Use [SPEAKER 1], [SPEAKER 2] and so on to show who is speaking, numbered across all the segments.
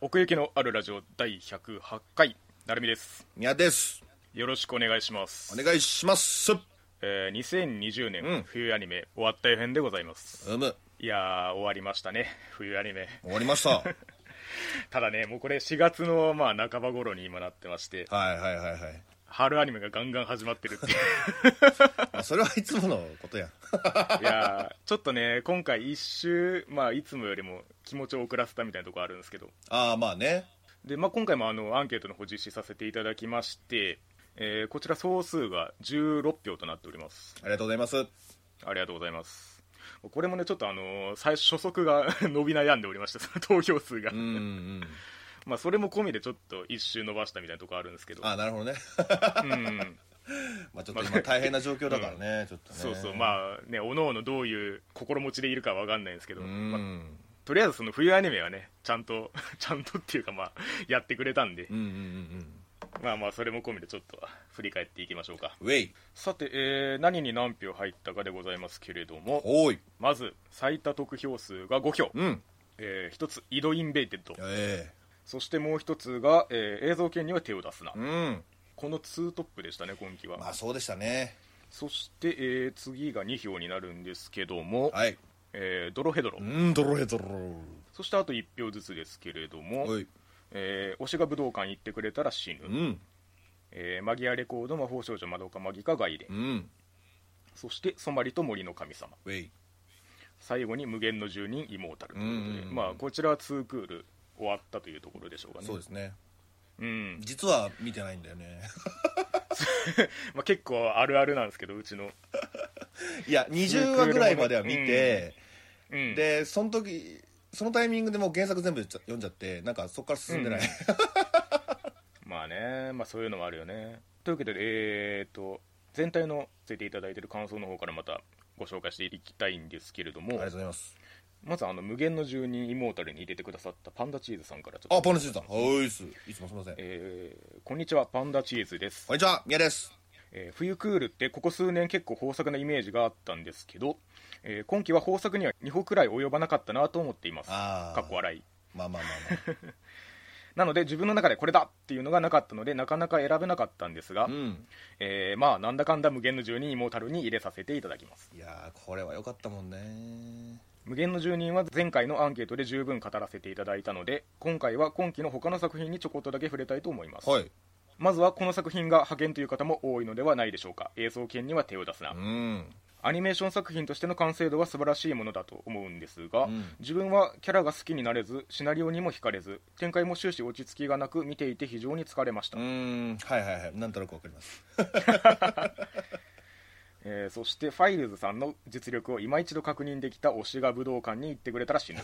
[SPEAKER 1] 奥行きのあるラジオ第108回なるみです
[SPEAKER 2] 宮です
[SPEAKER 1] よろしくお願いします
[SPEAKER 2] お願いします
[SPEAKER 1] えー2020
[SPEAKER 2] う
[SPEAKER 1] 年
[SPEAKER 2] ん
[SPEAKER 1] 冬アニメ終わった予編でございます、
[SPEAKER 2] うむ
[SPEAKER 1] いやー終わりましたね冬アニメ
[SPEAKER 2] 終わり ましたはい
[SPEAKER 1] ただねもうこれ4月のまあ半ば頃に今なってまして
[SPEAKER 2] はいはいはい、
[SPEAKER 1] 春アニメがガンガン始まってるっていう
[SPEAKER 2] まあ、それはいつものことやん
[SPEAKER 1] いやーちょっとね今回一周まあいつもよりも気持ちを遅らせたみたいなところあるんですけど
[SPEAKER 2] ああまあね
[SPEAKER 1] で、まあ、今回もあのアンケートの方実施させていただきまして、えーこちら総数が16票となっております
[SPEAKER 2] ありがとうございます
[SPEAKER 1] ありがとうございますこれもねちょっとあのー最初初速が 伸び悩んでおりましてそ の投票数が、
[SPEAKER 2] うんうん
[SPEAKER 1] まあそれも込みでちょっと一周伸ばしたみたいなとこあるんですけど
[SPEAKER 2] ああなるほどね
[SPEAKER 1] うん
[SPEAKER 2] まあちょっと今大変な状況だからね、ちょっとね
[SPEAKER 1] そうそう
[SPEAKER 2] あ
[SPEAKER 1] まあねおのおのどういう心持ちでいるかわかんないんですけど、
[SPEAKER 2] う
[SPEAKER 1] まあ
[SPEAKER 2] ん
[SPEAKER 1] とりあえずその冬アニメはねちゃんと ちゃんとっていうかまあやってくれたんで
[SPEAKER 2] うんうんうん
[SPEAKER 1] まあまあそれも込みでちょっと振り返っていきましょうか
[SPEAKER 2] うんウェイ
[SPEAKER 1] さて、えー何に何票入ったかでございますけれども
[SPEAKER 2] おーい
[SPEAKER 1] まず最多得票数が5票、
[SPEAKER 2] うん
[SPEAKER 1] えー一つ井戸インベイテッド
[SPEAKER 2] え
[SPEAKER 1] そしてもう一つが、えー映像権には手を出すな、
[SPEAKER 2] えうん
[SPEAKER 1] このツートップでしたね今期は、
[SPEAKER 2] まあそうでしたね
[SPEAKER 1] そして、えー次が2票になるんですけども、
[SPEAKER 2] はい
[SPEAKER 1] えードロヘドロ、
[SPEAKER 2] うんドロヘドロ
[SPEAKER 1] そしてあと1票ずつですけれども、
[SPEAKER 2] おい
[SPEAKER 1] えー推しが武道館行ってくれたら死ぬ、
[SPEAKER 2] うん
[SPEAKER 1] えーマギアレコード魔法少女窓かマギか外伝、
[SPEAKER 2] うん
[SPEAKER 1] そしてソマリと森の神様
[SPEAKER 2] ウェイ
[SPEAKER 1] 最後に無限の住人イモータルということで、
[SPEAKER 2] うんうんうん
[SPEAKER 1] まあこちらは2クール終わったというところでしょうかね
[SPEAKER 2] そうですね
[SPEAKER 1] うん
[SPEAKER 2] 実は見てないんだよね
[SPEAKER 1] まあ、結構あるあるなんですけどうちの、
[SPEAKER 2] いや20話ぐらいまでは見て、
[SPEAKER 1] うん、
[SPEAKER 2] でその時そのタイミングでもう原作全部読んじゃってなんかそこから進んでない、
[SPEAKER 1] まあねまあそういうのもあるよねというわけでえー、と全体のついていただいてる感想の方からまたご紹介していきたいんですけれど
[SPEAKER 2] あ
[SPEAKER 1] も
[SPEAKER 2] りがとうございます
[SPEAKER 1] まずあの無限の住人イモータルに入れてくださったパンダチーズさんからちょっと
[SPEAKER 2] あパンダチーズさんはいっすいつもすみませんこ
[SPEAKER 1] えーこんにちはパンダチーズです
[SPEAKER 2] んにちは宮です
[SPEAKER 1] えー冬クールってここ数年結構豊作なイメージがあったんですけど、えー今季は豊作には2歩くらい及ばなかったなと思っていますか
[SPEAKER 2] ああ
[SPEAKER 1] っこ笑い
[SPEAKER 2] まあまあまあ
[SPEAKER 1] なので自分の中でこれだっていうのがなかったのでなかなか選べなかったんですが、
[SPEAKER 2] まあ うん
[SPEAKER 1] えーまあなんだかんだ無限の住人イモータルに入れさせていただきます
[SPEAKER 2] いやーこれは良かったもんね
[SPEAKER 1] 無限の住人は前回のアンケートで十分語らせていただいたので今回は今期の他の作品にちょこっとだけ触れたいと思います、
[SPEAKER 2] はい
[SPEAKER 1] まずはこの作品が派遣という方も多いのではないでしょうか映像権には手を出すな、
[SPEAKER 2] うん
[SPEAKER 1] アニメーション作品としての完成度は素晴らしいものだと思うんですが、
[SPEAKER 2] うん
[SPEAKER 1] 自分はキャラが好きになれずシナリオにも惹かれず展開も終始落ち着きがなく見ていて非常に疲れまし
[SPEAKER 2] う
[SPEAKER 1] た、
[SPEAKER 2] んはいはいはいなんとなくわかります
[SPEAKER 1] えーそしてファイルズさんの実力を今一度確認できた推しが武道館に行ってくれたら 死ぬ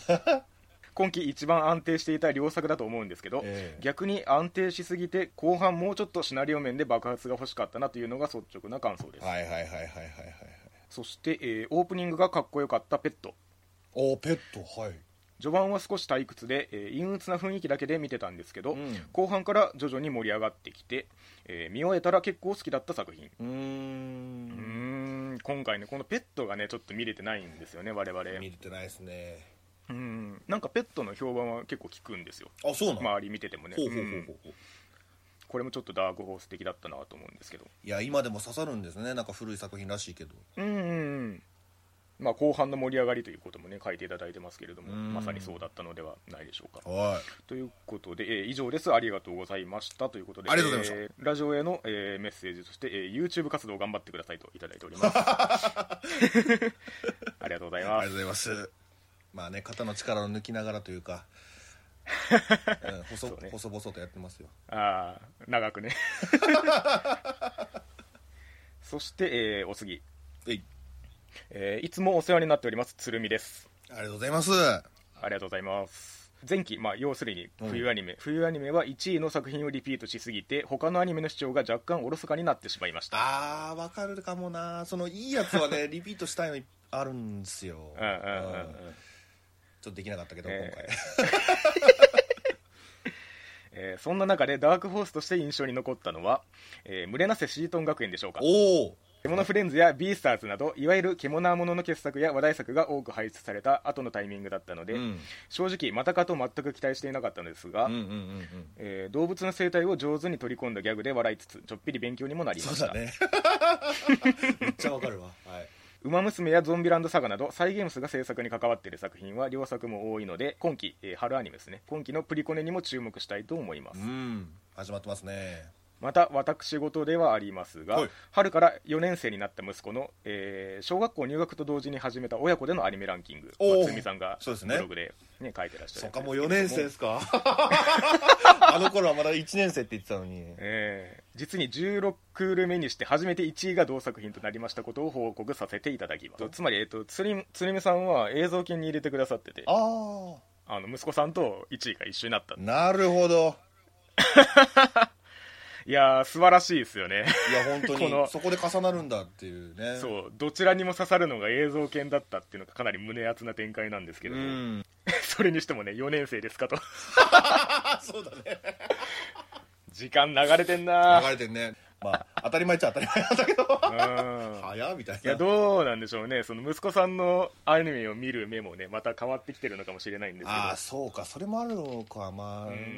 [SPEAKER 1] 今季一番安定していた良作だと思うんですけど、
[SPEAKER 2] ええ
[SPEAKER 1] 逆に安定しすぎて後半もうちょっとシナリオ面で爆発が欲しかったなというのが率直な感想です、
[SPEAKER 2] はいはいはいはいはいはい
[SPEAKER 1] そして、えーオープニングがかっこよかったペット
[SPEAKER 2] おペットはい
[SPEAKER 1] 序盤は少し退屈で、えー陰鬱な雰囲気だけで見てたんですけど、
[SPEAKER 2] うん
[SPEAKER 1] 後半から徐々に盛り上がってきて、えー見終えたら結構好きだった作品
[SPEAKER 2] う
[SPEAKER 1] うー
[SPEAKER 2] ーん
[SPEAKER 1] ん今回ねこのペットがねちょっと見れてないんですよね我々
[SPEAKER 2] 見れてないですね
[SPEAKER 1] うんなんかペットの評判は結構聞くんですよ
[SPEAKER 2] あそうなの、
[SPEAKER 1] 周り見ててもね
[SPEAKER 2] ほうほうほ
[SPEAKER 1] う
[SPEAKER 2] うんほうほう
[SPEAKER 1] これもちょっとダークホース的だったなと思うんですけど
[SPEAKER 2] いや今でも刺さるんですねなんか古い作品らしいけど
[SPEAKER 1] うんうんうんまあ後半の盛り上がりということもね書いていただいてますけれども
[SPEAKER 2] うん
[SPEAKER 1] まさにそうだったのではないでしょうか
[SPEAKER 2] はい
[SPEAKER 1] ということで、えー以上です、ありがとうございましたということで、
[SPEAKER 2] ありがとうございま
[SPEAKER 1] えーラジオへの、えーメッセージとして、えー YouTube 活動を頑張ってくださいといただいており ます。ありがとうござい
[SPEAKER 2] あ
[SPEAKER 1] ます。
[SPEAKER 2] りがとうございます。まあね、肩の力を抜きながらとい うか、うん、細
[SPEAKER 1] そうね
[SPEAKER 2] 細々とやってますよ。
[SPEAKER 1] ああ、長 くね。そして、えーお次、
[SPEAKER 2] えい、
[SPEAKER 1] えーいつもお世話になっております、つるみです。
[SPEAKER 2] ありがとうございます。
[SPEAKER 1] ありがとうございます。前期、まあ、要するに冬アニメ、冬アニメは1位の作品をリピートしすぎて、他のアニメの視聴が若干おろそかになってしまいました。
[SPEAKER 2] あー、わかるかもな。そのいいやつは ね、リピートしたいのいっぱいあるんですよ。
[SPEAKER 1] うんうんうん
[SPEAKER 2] うん
[SPEAKER 1] うん
[SPEAKER 2] ちょっとできなかったけど、
[SPEAKER 1] えー
[SPEAKER 2] 今回。
[SPEAKER 1] えーそんな中でダークホースとして印象に残ったのは、えー群れなせシートン学園でしょうか
[SPEAKER 2] おお、
[SPEAKER 1] 獣フレンズやビースターズなどいわゆる獣ものの傑作や話題作が多く輩出された後のタイミングだったので、
[SPEAKER 2] うん
[SPEAKER 1] 正直またかと全く期待していなかったのですが、
[SPEAKER 2] うんうんうんうん
[SPEAKER 1] えー動物の生態を上手に取り込んだギャグで笑いつつちょっぴり勉強にもなりま
[SPEAKER 2] そう
[SPEAKER 1] した
[SPEAKER 2] だ ねめっちゃわかるわはい
[SPEAKER 1] ウマ娘やゾンビランドサガなどサイ・ゲームスが制作に関わっている作品は両作も多いので今期、えー春アニメですね今期のプリコネにも注目したいと思います、
[SPEAKER 2] うん始まってますね
[SPEAKER 1] また私事ではありますが、
[SPEAKER 2] はい
[SPEAKER 1] 春から4年生になった息子の、えー小学校入学と同時に始めた親子でのアニメランキング
[SPEAKER 2] おー
[SPEAKER 1] つみさんが
[SPEAKER 2] そうです
[SPEAKER 1] ブ
[SPEAKER 2] ね
[SPEAKER 1] ログで、ね書いてらっしゃる
[SPEAKER 2] そ
[SPEAKER 1] や
[SPEAKER 2] っ
[SPEAKER 1] つ
[SPEAKER 2] かもう
[SPEAKER 1] ですけ
[SPEAKER 2] 4
[SPEAKER 1] れ
[SPEAKER 2] 年
[SPEAKER 1] ども
[SPEAKER 2] 生で すか あの頃はまだ1年生って言ってたのに
[SPEAKER 1] えー実に16クール目にして初めて1位が同作品となりましたことを報告させていただきますつまり、えっとつりつりみさんは映像研に入れてくださってて
[SPEAKER 2] あ
[SPEAKER 1] あの息子さんと1位が一緒になった
[SPEAKER 2] あなるほど
[SPEAKER 1] いやー素晴らしいですよね
[SPEAKER 2] いや本当
[SPEAKER 1] この
[SPEAKER 2] にそこで重なるんだっていうねう
[SPEAKER 1] そうどちらにも刺さるのが映像研だったっていうのがかなり胸熱な展開なんですけど、
[SPEAKER 2] ん
[SPEAKER 1] それにしてもね4年生ですかと
[SPEAKER 2] あそうだね
[SPEAKER 1] 時間流れてんな
[SPEAKER 2] 流れてんねまあ当たり前っちゃ当たり前なんだけど
[SPEAKER 1] うん
[SPEAKER 2] 早っみたいない
[SPEAKER 1] やどうなんでしょうねその息子さんのアニメを見る目もねまた変わってきてるのかもしれないんですけど
[SPEAKER 2] ああそうかそれもあるのかまあ
[SPEAKER 1] うん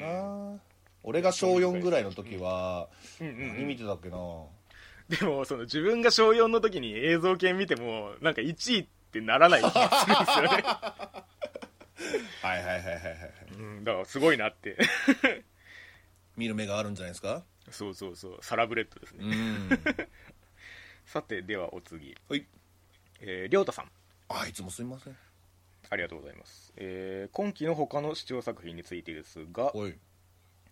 [SPEAKER 2] な俺が小4ぐらいの時は
[SPEAKER 1] うんうんうん
[SPEAKER 2] 何見てたっけな
[SPEAKER 1] でもその自分が小4の時に映像系見てもなんか1位ってならない気がするんですよね、
[SPEAKER 2] はいはいはいはいはい
[SPEAKER 1] うん、だからすごいなって
[SPEAKER 2] 見る目があるんじゃないですか
[SPEAKER 1] そうそうそうサラブレッドですね、
[SPEAKER 2] ん
[SPEAKER 1] さてではお次
[SPEAKER 2] はい
[SPEAKER 1] えー、りょうたさん
[SPEAKER 2] あいつもすみません
[SPEAKER 1] ありがとうございます、えー今期の他の視聴作品についてですが、
[SPEAKER 2] おい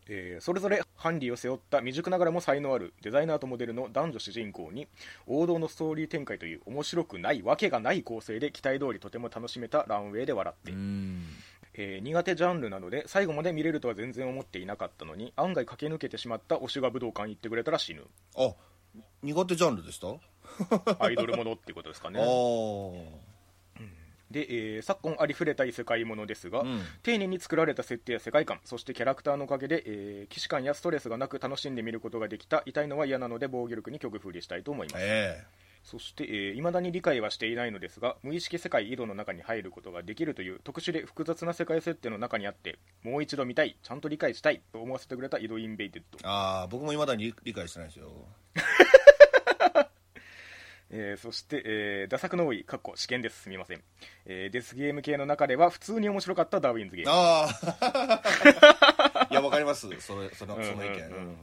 [SPEAKER 1] えーそれぞれハンディを背負った未熟ながらも才能あるデザイナーとモデルの男女主人公に王道のストーリー展開という面白くないわけがない構成で期待通りとても楽しめたランウェイで笑っている
[SPEAKER 2] ん
[SPEAKER 1] えー苦手ジャンルなので最後まで見れるとは全然思っていなかったのに案外駆け抜けてしまった推しが武道館行ってくれたら死ぬ
[SPEAKER 2] あ苦手ジャンルでした、
[SPEAKER 1] アイドルものっていうことですか
[SPEAKER 2] ああ
[SPEAKER 1] ねで、えー昨今ありふれた異世界ものですが、
[SPEAKER 2] うん
[SPEAKER 1] 丁寧に作られた設定や世界観そしてキャラクターのおかげで、えー既視感やストレスがなく楽しんで見ることができた痛いのは嫌なので防御力に極振りしたいと思います
[SPEAKER 2] え
[SPEAKER 1] そして、えー、未だに理解はしていないのですが無意識世界井戸の中に入ることができるという特殊で複雑な世界設定の中にあってもう一度見たいちゃんと理解したいと思わせてくれた井戸インベイテッド
[SPEAKER 2] えああ僕もいまだに理理解してないですよ
[SPEAKER 1] えーそして、えー、打作の多い、かっこ試験です、すみません、えーデスゲーム系の中では普通に面白かったダーウィンズゲーム、
[SPEAKER 2] ああ いやわかりますそれそのその意
[SPEAKER 1] う
[SPEAKER 2] 見、
[SPEAKER 1] んうんうん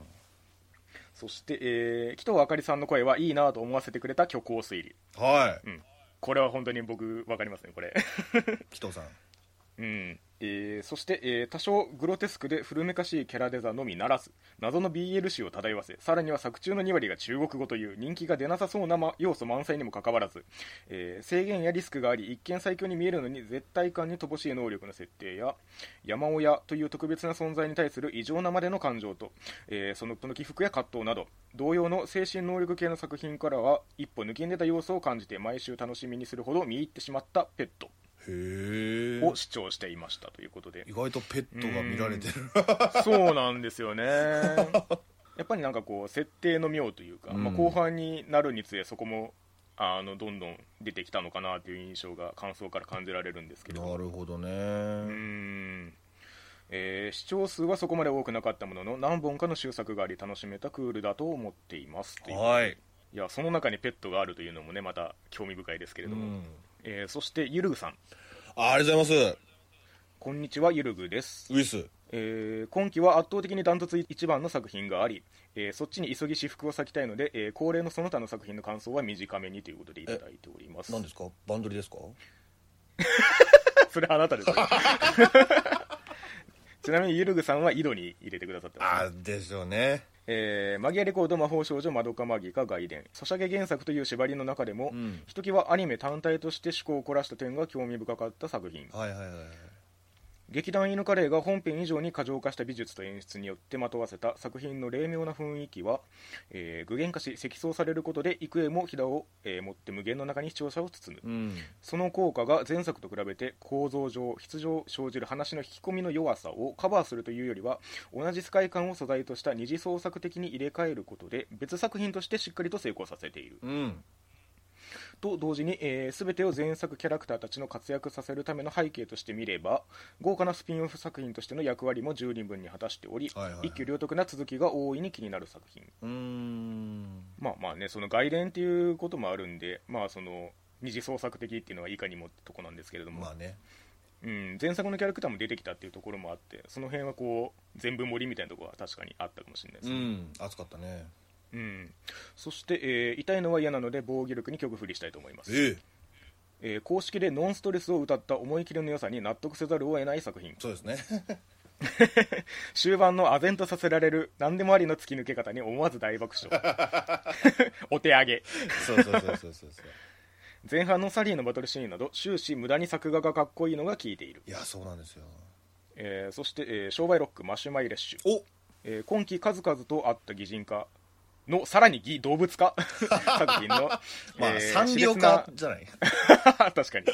[SPEAKER 1] そして、えー、紀藤あかりさんの声はいいなと思わせてくれた虚構推理、
[SPEAKER 2] は
[SPEAKER 1] これは本当に僕、わかりますね、これ。
[SPEAKER 2] い紀藤さん
[SPEAKER 1] うんえーそして、えー多少グロテスクで古めかしいキャラデザのみならず謎の BL 集を漂わせさらには作中の2割が中国語という人気が出なさそうな、ま、要素満載にもかかわらず、えー制限やリスクがあり一見最強に見えるのに絶対感に乏しい能力の設定や山親という特別な存在に対する異常なまでの感情と、えーそのその起伏や葛藤など同様の精神能力系の作品からは一歩抜きんでた要素を感じて毎週楽しみにするほど見入ってしまったペット
[SPEAKER 2] へ
[SPEAKER 1] を視聴していましたということで
[SPEAKER 2] 意外とペットが見られてる
[SPEAKER 1] そうなんですよね やっぱりなんかこう設定の妙というか、
[SPEAKER 2] うん
[SPEAKER 1] まあ、後半になるにつれそこもあのどんどん出てきたのかなという印象が感想から感じられるんですけど
[SPEAKER 2] なるほどね、
[SPEAKER 1] うーんえー視聴数はそこまで多くなかったものの何本かの終作があり楽しめたクールだと思っていますという
[SPEAKER 2] はい、
[SPEAKER 1] いやその中にペットがあるというのもねまた興味深いですけれ
[SPEAKER 2] う
[SPEAKER 1] ども、
[SPEAKER 2] ん、
[SPEAKER 1] えーそしてゆるぐさん
[SPEAKER 2] あありがとうございます
[SPEAKER 1] こんにちはゆるぐです
[SPEAKER 2] ウィス
[SPEAKER 1] えー今期は圧倒的にダントツ一番の作品があり、えーそっちに急ぎ私服を割きたいので、えー恒例のその他の作品の感想は短めにということでいただいております
[SPEAKER 2] 何ですかバンドリですか
[SPEAKER 1] それあなたですよちなみにゆるぐさんは井戸に入れてくださってます、
[SPEAKER 2] あですよね
[SPEAKER 1] えーマギアレコード魔法少女マドカマギカ外伝ソシャゲ原作という縛りの中でも、
[SPEAKER 2] うん
[SPEAKER 1] ひときわアニメ単体として趣向を凝らした点が興味深かった作品
[SPEAKER 2] はいはいはい
[SPEAKER 1] 劇団犬カレーが本編以上に過剰化した美術と演出によってまとわせた作品の霊妙な雰囲気は、えー具現化し積層されることで幾重もひだを、えー持って無限の中に視聴者を包む
[SPEAKER 2] うん
[SPEAKER 1] その効果が前作と比べて構造上必要生じる話の引き込みの弱さをカバーするというよりは同じ世界観を素材とした二次創作的に入れ替えることで別作品としてしっかりと成功させている
[SPEAKER 2] うん
[SPEAKER 1] と同時に、えー全てを前作キャラクターたちの活躍させるための背景として見れば豪華なスピンオフ作品としての役割も十人分に果たしており、
[SPEAKER 2] はいはいはい
[SPEAKER 1] 一挙両得な続きが大いに気になる作品
[SPEAKER 2] うん
[SPEAKER 1] まあまあねその外伝っていうこともあるんでまあその二次創作的っていうのはいかにもってとこなんですけれども、
[SPEAKER 2] まあね
[SPEAKER 1] うん、前作のキャラクターも出てきたっていうところもあってその辺はこう全部盛りみたいなところは確かにあったかもしれないです
[SPEAKER 2] う
[SPEAKER 1] ね、
[SPEAKER 2] ん暑かったね
[SPEAKER 1] うんそして、えー痛いのは嫌なので防御力に極振りしたいと思います、
[SPEAKER 2] ええ
[SPEAKER 1] えー公式でノンストレスを歌った思い切りの良さに納得せざるを得ない作品
[SPEAKER 2] そうですね
[SPEAKER 1] 終盤の唖然とさせられる何でもありの突き抜け方に思わず大爆笑 お手上げ
[SPEAKER 2] そうそうそうそうそうそう
[SPEAKER 1] 前半のサリーのバトルシーンなど終始無駄に作画がかっこいいのが効いている、
[SPEAKER 2] いやそうなんですよ
[SPEAKER 1] えーそして、えー商売ロックマシュマイレッシュ
[SPEAKER 2] お
[SPEAKER 1] えー今期数々とあった擬人化のさらに擬動物 化作品の、
[SPEAKER 2] まあ
[SPEAKER 1] えー
[SPEAKER 2] サンリオ化じゃな
[SPEAKER 1] 熾
[SPEAKER 2] い
[SPEAKER 1] 烈な 確かに、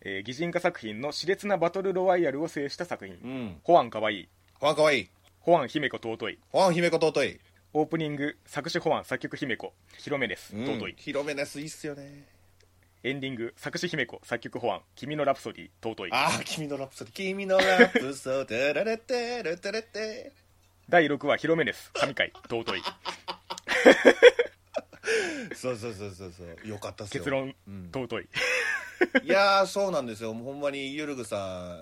[SPEAKER 1] えー擬人化作品の熾烈なバトルロワイヤルを制した作品、
[SPEAKER 2] うん
[SPEAKER 1] ホアンかわいい
[SPEAKER 2] ファンかわいい
[SPEAKER 1] ホアン姫子尊い
[SPEAKER 2] ファン姫子尊い
[SPEAKER 1] オープニング作詞ホアン作曲姫子広めです、
[SPEAKER 2] うん
[SPEAKER 1] 尊い
[SPEAKER 2] 広めなスいいっすよね
[SPEAKER 1] エンディング作詞姫子作曲ホアン君のラプソディ尊い
[SPEAKER 2] ああ君のラプソディ君のラプソディラレテレテレテ
[SPEAKER 1] 第6話広めです神回 尊い
[SPEAKER 2] そうそうそうそうそうよかったっすよ
[SPEAKER 1] 結論、
[SPEAKER 2] うん
[SPEAKER 1] 尊い
[SPEAKER 2] いやーそうなんですよもうほんまにゆるぐさ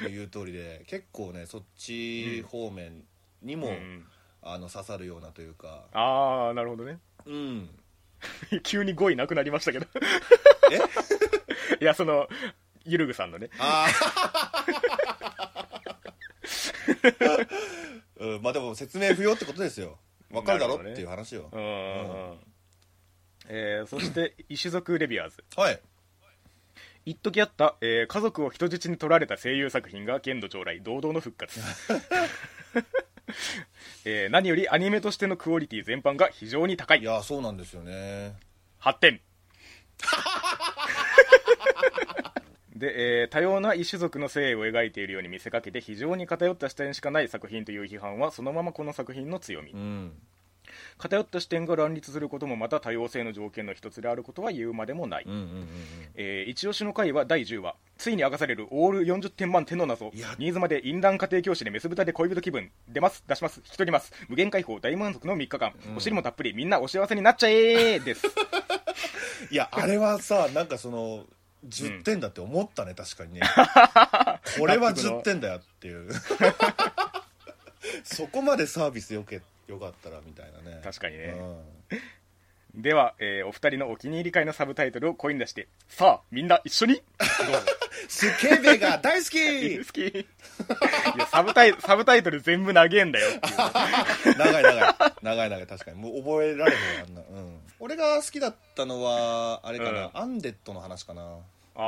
[SPEAKER 2] んの言う通りで結構ねそっち方面にも、
[SPEAKER 1] うん
[SPEAKER 2] あの刺さるようなというか
[SPEAKER 1] ああなるほどね
[SPEAKER 2] うん
[SPEAKER 1] 急に語彙なくなりましたけど
[SPEAKER 2] え
[SPEAKER 1] いや、その、ゆるぐさんのね。
[SPEAKER 2] あ あうんまあでも説明不要ってことですよわかるだ
[SPEAKER 1] な
[SPEAKER 2] ろ
[SPEAKER 1] るほどね
[SPEAKER 2] っていう話よ、
[SPEAKER 1] うーん。えーそして、異種族レビュアーズ。
[SPEAKER 2] はい
[SPEAKER 1] 一時あった、えー家族を人質に取られた声優作品が、剣道将来、堂々の復 活。えー何よりアニメとしてのクオリティ全般が非常に高
[SPEAKER 2] い
[SPEAKER 1] い。
[SPEAKER 2] やーそうなんですよね
[SPEAKER 1] 8点。 で、えー多様な異種族の性を描いているように見せかけて非常に偏った視点しかない作品という批判はそのままこの作品の強み、
[SPEAKER 2] うん
[SPEAKER 1] 偏った視点が乱立することもまた多様性の条件の一つであることは言うまでもない、
[SPEAKER 2] うんうんうん
[SPEAKER 1] えー一押しの回は第10話ついに明かされるオール40点満点の謎
[SPEAKER 2] いや
[SPEAKER 1] 新妻で淫乱家庭教師でメス豚で恋人気分出ます出します引き取ります無限解放大満足の3日間、お尻もたっぷりみんなお幸せになっちゃえーです
[SPEAKER 2] いやあれはさなんかその10点だって思ったね、確かにねこれは10点だよっていう そこまでサービスよけよかったらみたいなね
[SPEAKER 1] 確かにね
[SPEAKER 2] う
[SPEAKER 1] では、えーお二人のお気に入り会のサブタイトルを声に出してさあみんな一緒に
[SPEAKER 2] んスケベが大好き
[SPEAKER 1] ど う好きいやサブタイサブタイトル 全部投げんだよって いう
[SPEAKER 2] 長い長い長い長い確かにもう覚えられへんわあんな、うん、俺が好きだったのはあれかな、
[SPEAKER 1] うん
[SPEAKER 2] アンデッドの話かな
[SPEAKER 1] ああ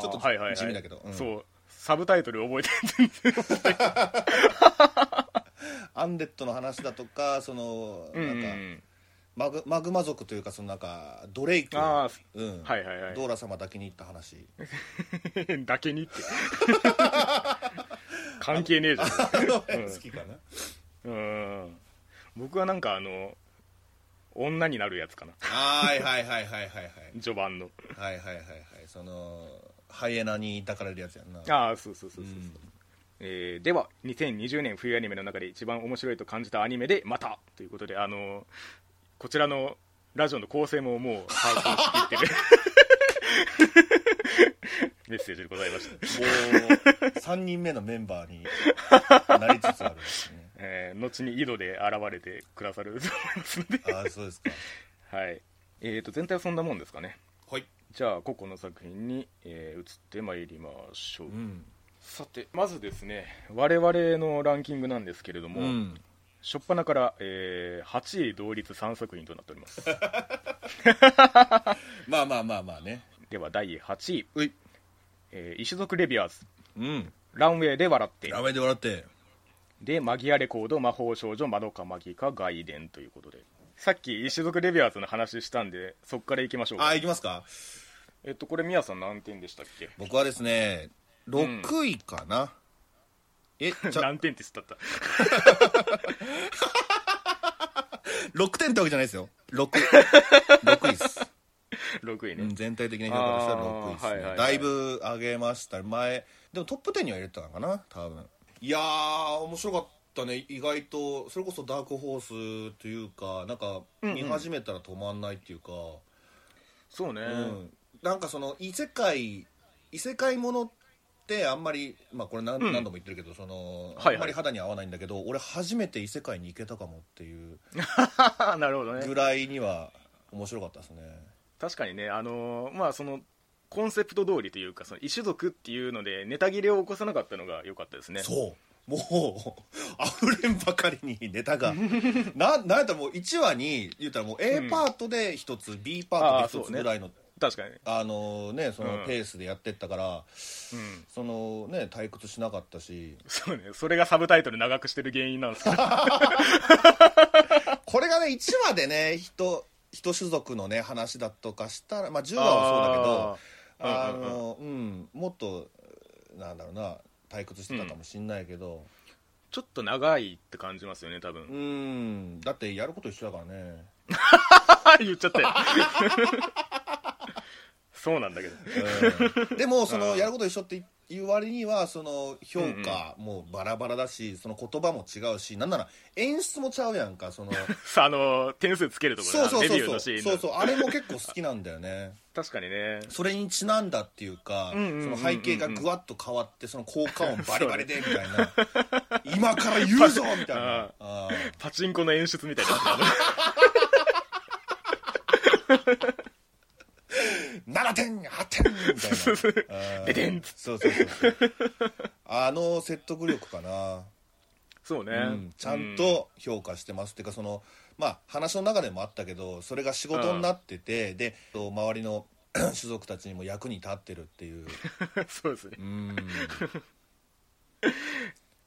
[SPEAKER 2] ちょっと地味だけどうん
[SPEAKER 1] そうサブタイトル覚えてる
[SPEAKER 2] アンデッドの話だとかその
[SPEAKER 1] うん
[SPEAKER 2] なんか、マグマグマ族というかそのなんかドレイク
[SPEAKER 1] あー
[SPEAKER 2] うん
[SPEAKER 1] はいはいはい
[SPEAKER 2] ドーラ様だけに行った 話
[SPEAKER 1] だけにって関係ねえじゃん
[SPEAKER 2] 好きかな
[SPEAKER 1] うん僕はなんかあの女になるやつかな
[SPEAKER 2] はいはいはいはいはい
[SPEAKER 1] 序盤の
[SPEAKER 2] はいはいはいはいはいそのハイエナに抱かれるやつやんな
[SPEAKER 1] ああそうそうそうそうう、
[SPEAKER 2] ん
[SPEAKER 1] えーでは2020年冬アニメの中で一番面白いと感じたアニメでまたということであのこちらのラジオの構成ももう把握していってる メッセージでございました
[SPEAKER 2] もう3人目のメンバーになりつつあるんです ね
[SPEAKER 1] えー後に井戸で現れてくださると思いますので
[SPEAKER 2] ああそうですか
[SPEAKER 1] はい、えー、と全体はそんなもんですかね
[SPEAKER 2] はい
[SPEAKER 1] じゃあ個々の作品に、えー移ってまいりましょう、
[SPEAKER 2] うん
[SPEAKER 1] さてまずですね我々のランキングなんですけれども、
[SPEAKER 2] うん
[SPEAKER 1] 初っ端から、えー8位同率3作品となっております
[SPEAKER 2] まあまあまあまあね
[SPEAKER 1] では第8位
[SPEAKER 2] うい
[SPEAKER 1] えー、石族レビアーズ
[SPEAKER 2] うん
[SPEAKER 1] ランウェイで笑って
[SPEAKER 2] ラーメンで笑って
[SPEAKER 1] でマギアレコード魔法少女まどかマギカ外伝ということでさっき石族レビアーズの話したんでそっからいきましょう
[SPEAKER 2] あ
[SPEAKER 1] か
[SPEAKER 2] いきますか
[SPEAKER 1] えっとこれみやさん何点でしたっけ
[SPEAKER 2] 僕はですね6位かな、えじ ゃ
[SPEAKER 1] 何点って言ったった
[SPEAKER 2] 6点ってわけじゃないですよ6 6位です
[SPEAKER 1] 6位
[SPEAKER 2] う
[SPEAKER 1] ね
[SPEAKER 2] ん、全体的な評価としては6位ですね、
[SPEAKER 1] あーはいはいはい
[SPEAKER 2] だいぶ上げました前でもトップ10には入れてたのかな多分いやー面白かったね意外とそれこそダークホースというかなんか
[SPEAKER 1] うん
[SPEAKER 2] 見始めたら止まんないっていうか、
[SPEAKER 1] そうね、
[SPEAKER 2] うんなんかその異世界異世界ものってあんまり、まあ、これ何,、
[SPEAKER 1] うん
[SPEAKER 2] 何度も言ってるけどその、
[SPEAKER 1] はいはい
[SPEAKER 2] あんまり肌に合わないんだけど俺初めて異世界に行けたかもっていう
[SPEAKER 1] なるほどね
[SPEAKER 2] ぐらいには面白かったですね
[SPEAKER 1] 確かにねあのーまあそのコンセプト通りというかその異種族っていうのでネタ切れを起こさなかったのが良かったですね
[SPEAKER 2] そう もう溢れんばかりにネタが ななんやったらもう1話に言ったらもう A パートで1つ、B パートで
[SPEAKER 1] あー
[SPEAKER 2] 1
[SPEAKER 1] そ
[SPEAKER 2] つ
[SPEAKER 1] うね
[SPEAKER 2] ぐらいの
[SPEAKER 1] 確かに
[SPEAKER 2] あ,、のねその
[SPEAKER 1] うん
[SPEAKER 2] ペースでやってったか
[SPEAKER 1] う
[SPEAKER 2] ら、
[SPEAKER 1] ん
[SPEAKER 2] そのね退屈しなかったし
[SPEAKER 1] そうねそれがサブタイトル長くしてる原因なん ですけど
[SPEAKER 2] これがね1話でね人人種族のね話だとかしたらまあ10話はそう
[SPEAKER 1] あ
[SPEAKER 2] だけ
[SPEAKER 1] ー
[SPEAKER 2] どあのうんもっとなんだろうな退屈してたかもしんないけど
[SPEAKER 1] ちょっと長いって感じますよね多分
[SPEAKER 2] うんだってやること一緒だからね
[SPEAKER 1] 言っちゃったよ そうなんだけど
[SPEAKER 2] でもその
[SPEAKER 1] うん
[SPEAKER 2] やること一緒っていう割にはその評価もバラバラだしその言葉も違うしなんなら演出もちゃうや んかその
[SPEAKER 1] さあのー点数つけるとこ
[SPEAKER 2] そ
[SPEAKER 1] ろ
[SPEAKER 2] うそう
[SPEAKER 1] レビ
[SPEAKER 2] そう
[SPEAKER 1] ューの
[SPEAKER 2] そう
[SPEAKER 1] シーン
[SPEAKER 2] そう
[SPEAKER 1] の
[SPEAKER 2] そうあれも結構好きなんだよね
[SPEAKER 1] 確かにね
[SPEAKER 2] それにちなんだっていうかそ
[SPEAKER 1] うんうんうんうんうん
[SPEAKER 2] の背景がぐわっと変わってその効 果音バリバリでみたいな今から言うぞみ たいなあー
[SPEAKER 1] パチンコの演出みたいなやつ だね
[SPEAKER 2] 7点 8点みたいなあー
[SPEAKER 1] ででんっつ
[SPEAKER 2] そうそうそうそうあの説得力かな
[SPEAKER 1] そうね、
[SPEAKER 2] うんちゃんと評価してます、っていうかそのまあ話の中でもあったけどそれが仕事になってて、でと周りの 種族たちにも役に立ってるっていう、
[SPEAKER 1] うん そうですね
[SPEAKER 2] うん、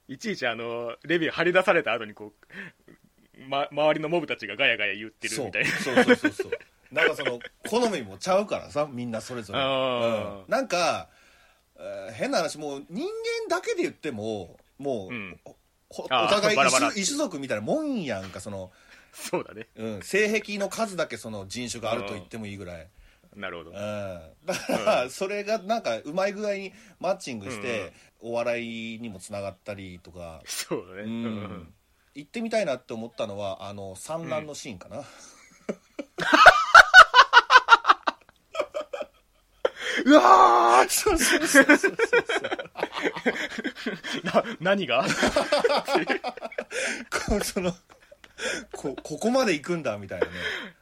[SPEAKER 1] いちいちあのレビュー張り出された後にこう、ま、周りのモブたちがガヤガヤ言ってる
[SPEAKER 2] そう
[SPEAKER 1] みたいな
[SPEAKER 2] そうそうそうそうなんかその好みもちゃうからさみんなそれぞれ、
[SPEAKER 1] あー
[SPEAKER 2] うんなんか、えー変な話もう人間だけで言ってももう、
[SPEAKER 1] うん
[SPEAKER 2] おほお
[SPEAKER 1] あー
[SPEAKER 2] 互い
[SPEAKER 1] バラバラ
[SPEAKER 2] 異種異種族みたいなもんやんかその、
[SPEAKER 1] そうだね
[SPEAKER 2] うん、性癖の数だけその人種があると言ってもいいぐらい。
[SPEAKER 1] なるほど
[SPEAKER 2] うんだから、 それがなんかうまい具合にマッチングして、お笑いにもつながったりとか、
[SPEAKER 1] そうだね
[SPEAKER 2] う
[SPEAKER 1] うんん
[SPEAKER 2] 行ってみたいなって思ったのはあの産卵のシーンかな、
[SPEAKER 1] うわー
[SPEAKER 2] そうそうそうそう
[SPEAKER 1] な何が
[SPEAKER 2] こうそのこここまで行くんだみたいなね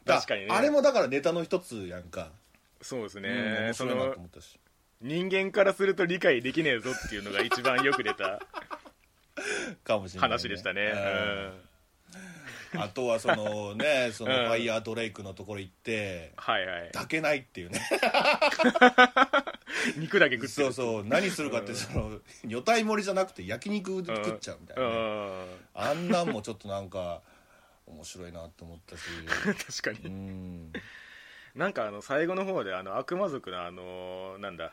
[SPEAKER 2] だ
[SPEAKER 1] 確かにね
[SPEAKER 2] あれもだからネタの一つやんか、
[SPEAKER 1] そうです
[SPEAKER 2] うん
[SPEAKER 1] ね、
[SPEAKER 2] 面
[SPEAKER 1] そ
[SPEAKER 2] 白いな
[SPEAKER 1] の
[SPEAKER 2] と思ったし
[SPEAKER 1] 人間からすると理解できねえぞっていうのが一番よく出 た
[SPEAKER 2] かもしれないね、
[SPEAKER 1] 話でしたね
[SPEAKER 2] うん
[SPEAKER 1] うん
[SPEAKER 2] あとはそのねそのフ
[SPEAKER 1] うん
[SPEAKER 2] ァイヤードレイクのところ行って
[SPEAKER 1] はいはい
[SPEAKER 2] 抱けないっていうね
[SPEAKER 1] 肉だけ食って
[SPEAKER 2] そう
[SPEAKER 1] る
[SPEAKER 2] そう何するかってその女体盛りじゃなくて焼肉で食っちゃうみたいなね、
[SPEAKER 1] うん
[SPEAKER 2] あんなんもちょっとなんか面白いなと思ったし
[SPEAKER 1] 確か
[SPEAKER 2] う
[SPEAKER 1] に
[SPEAKER 2] ん
[SPEAKER 1] なんかあの最後の方であの悪魔族のあのなんだ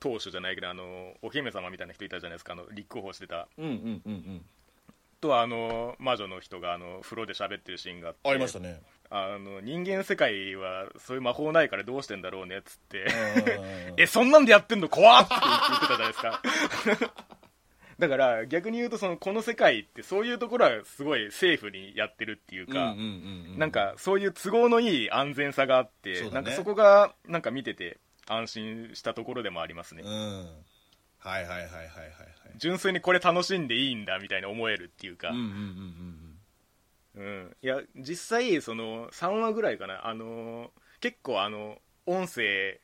[SPEAKER 1] 当主じゃないけどあのお姫様みたいな人いたじゃないですかあの立候補してた
[SPEAKER 2] うんうんうんうん
[SPEAKER 1] とあの魔女の人があの風呂で喋ってるシーンがあって
[SPEAKER 2] ありましたね
[SPEAKER 1] あの人間世界はそういう魔法ないからどうしてんだろうねっつって
[SPEAKER 2] うんうんうん
[SPEAKER 1] えそんなんでやってんの怖っって言ってたじゃないですか だから逆に言うとそのこの世界ってそういうところはすごいセーフにやってるっていうか、
[SPEAKER 2] うんうんうんうん
[SPEAKER 1] なんかそういう都合のいい安全さがあって、
[SPEAKER 2] そうだね
[SPEAKER 1] なんかそこがなんか見てて安心したところでもありますね、
[SPEAKER 2] うんはいはいはいはいはいはい
[SPEAKER 1] 純粋にこれ楽しんでいいんだみたいに思えるっていうか、
[SPEAKER 2] うんうんうん
[SPEAKER 1] う
[SPEAKER 2] うん
[SPEAKER 1] ん、いや実際その3話ぐらいかなあのー結構あの音声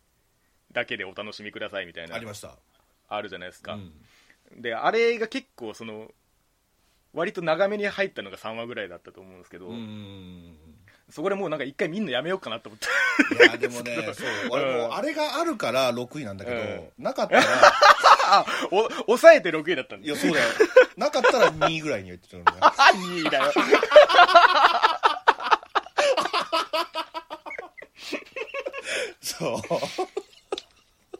[SPEAKER 1] だけでお楽しみくださいみたい
[SPEAKER 2] うん
[SPEAKER 1] な
[SPEAKER 2] ありました
[SPEAKER 1] あるじゃないですか、
[SPEAKER 2] うん
[SPEAKER 1] であれが結構その割と長めに入ったのが3話ぐらいだったと思うんですけど、
[SPEAKER 2] うんうんうんうん
[SPEAKER 1] そこでもうなんか一回見んのやめようかなと思って
[SPEAKER 2] いやでもねそう俺もうあれがあるから6位なんだけど、なか ったら
[SPEAKER 1] お抑えて6位だったん
[SPEAKER 2] い
[SPEAKER 1] だよ
[SPEAKER 2] やそうだよなかったら2位ぐらいに言ってたのね
[SPEAKER 1] 2位だよ
[SPEAKER 2] そう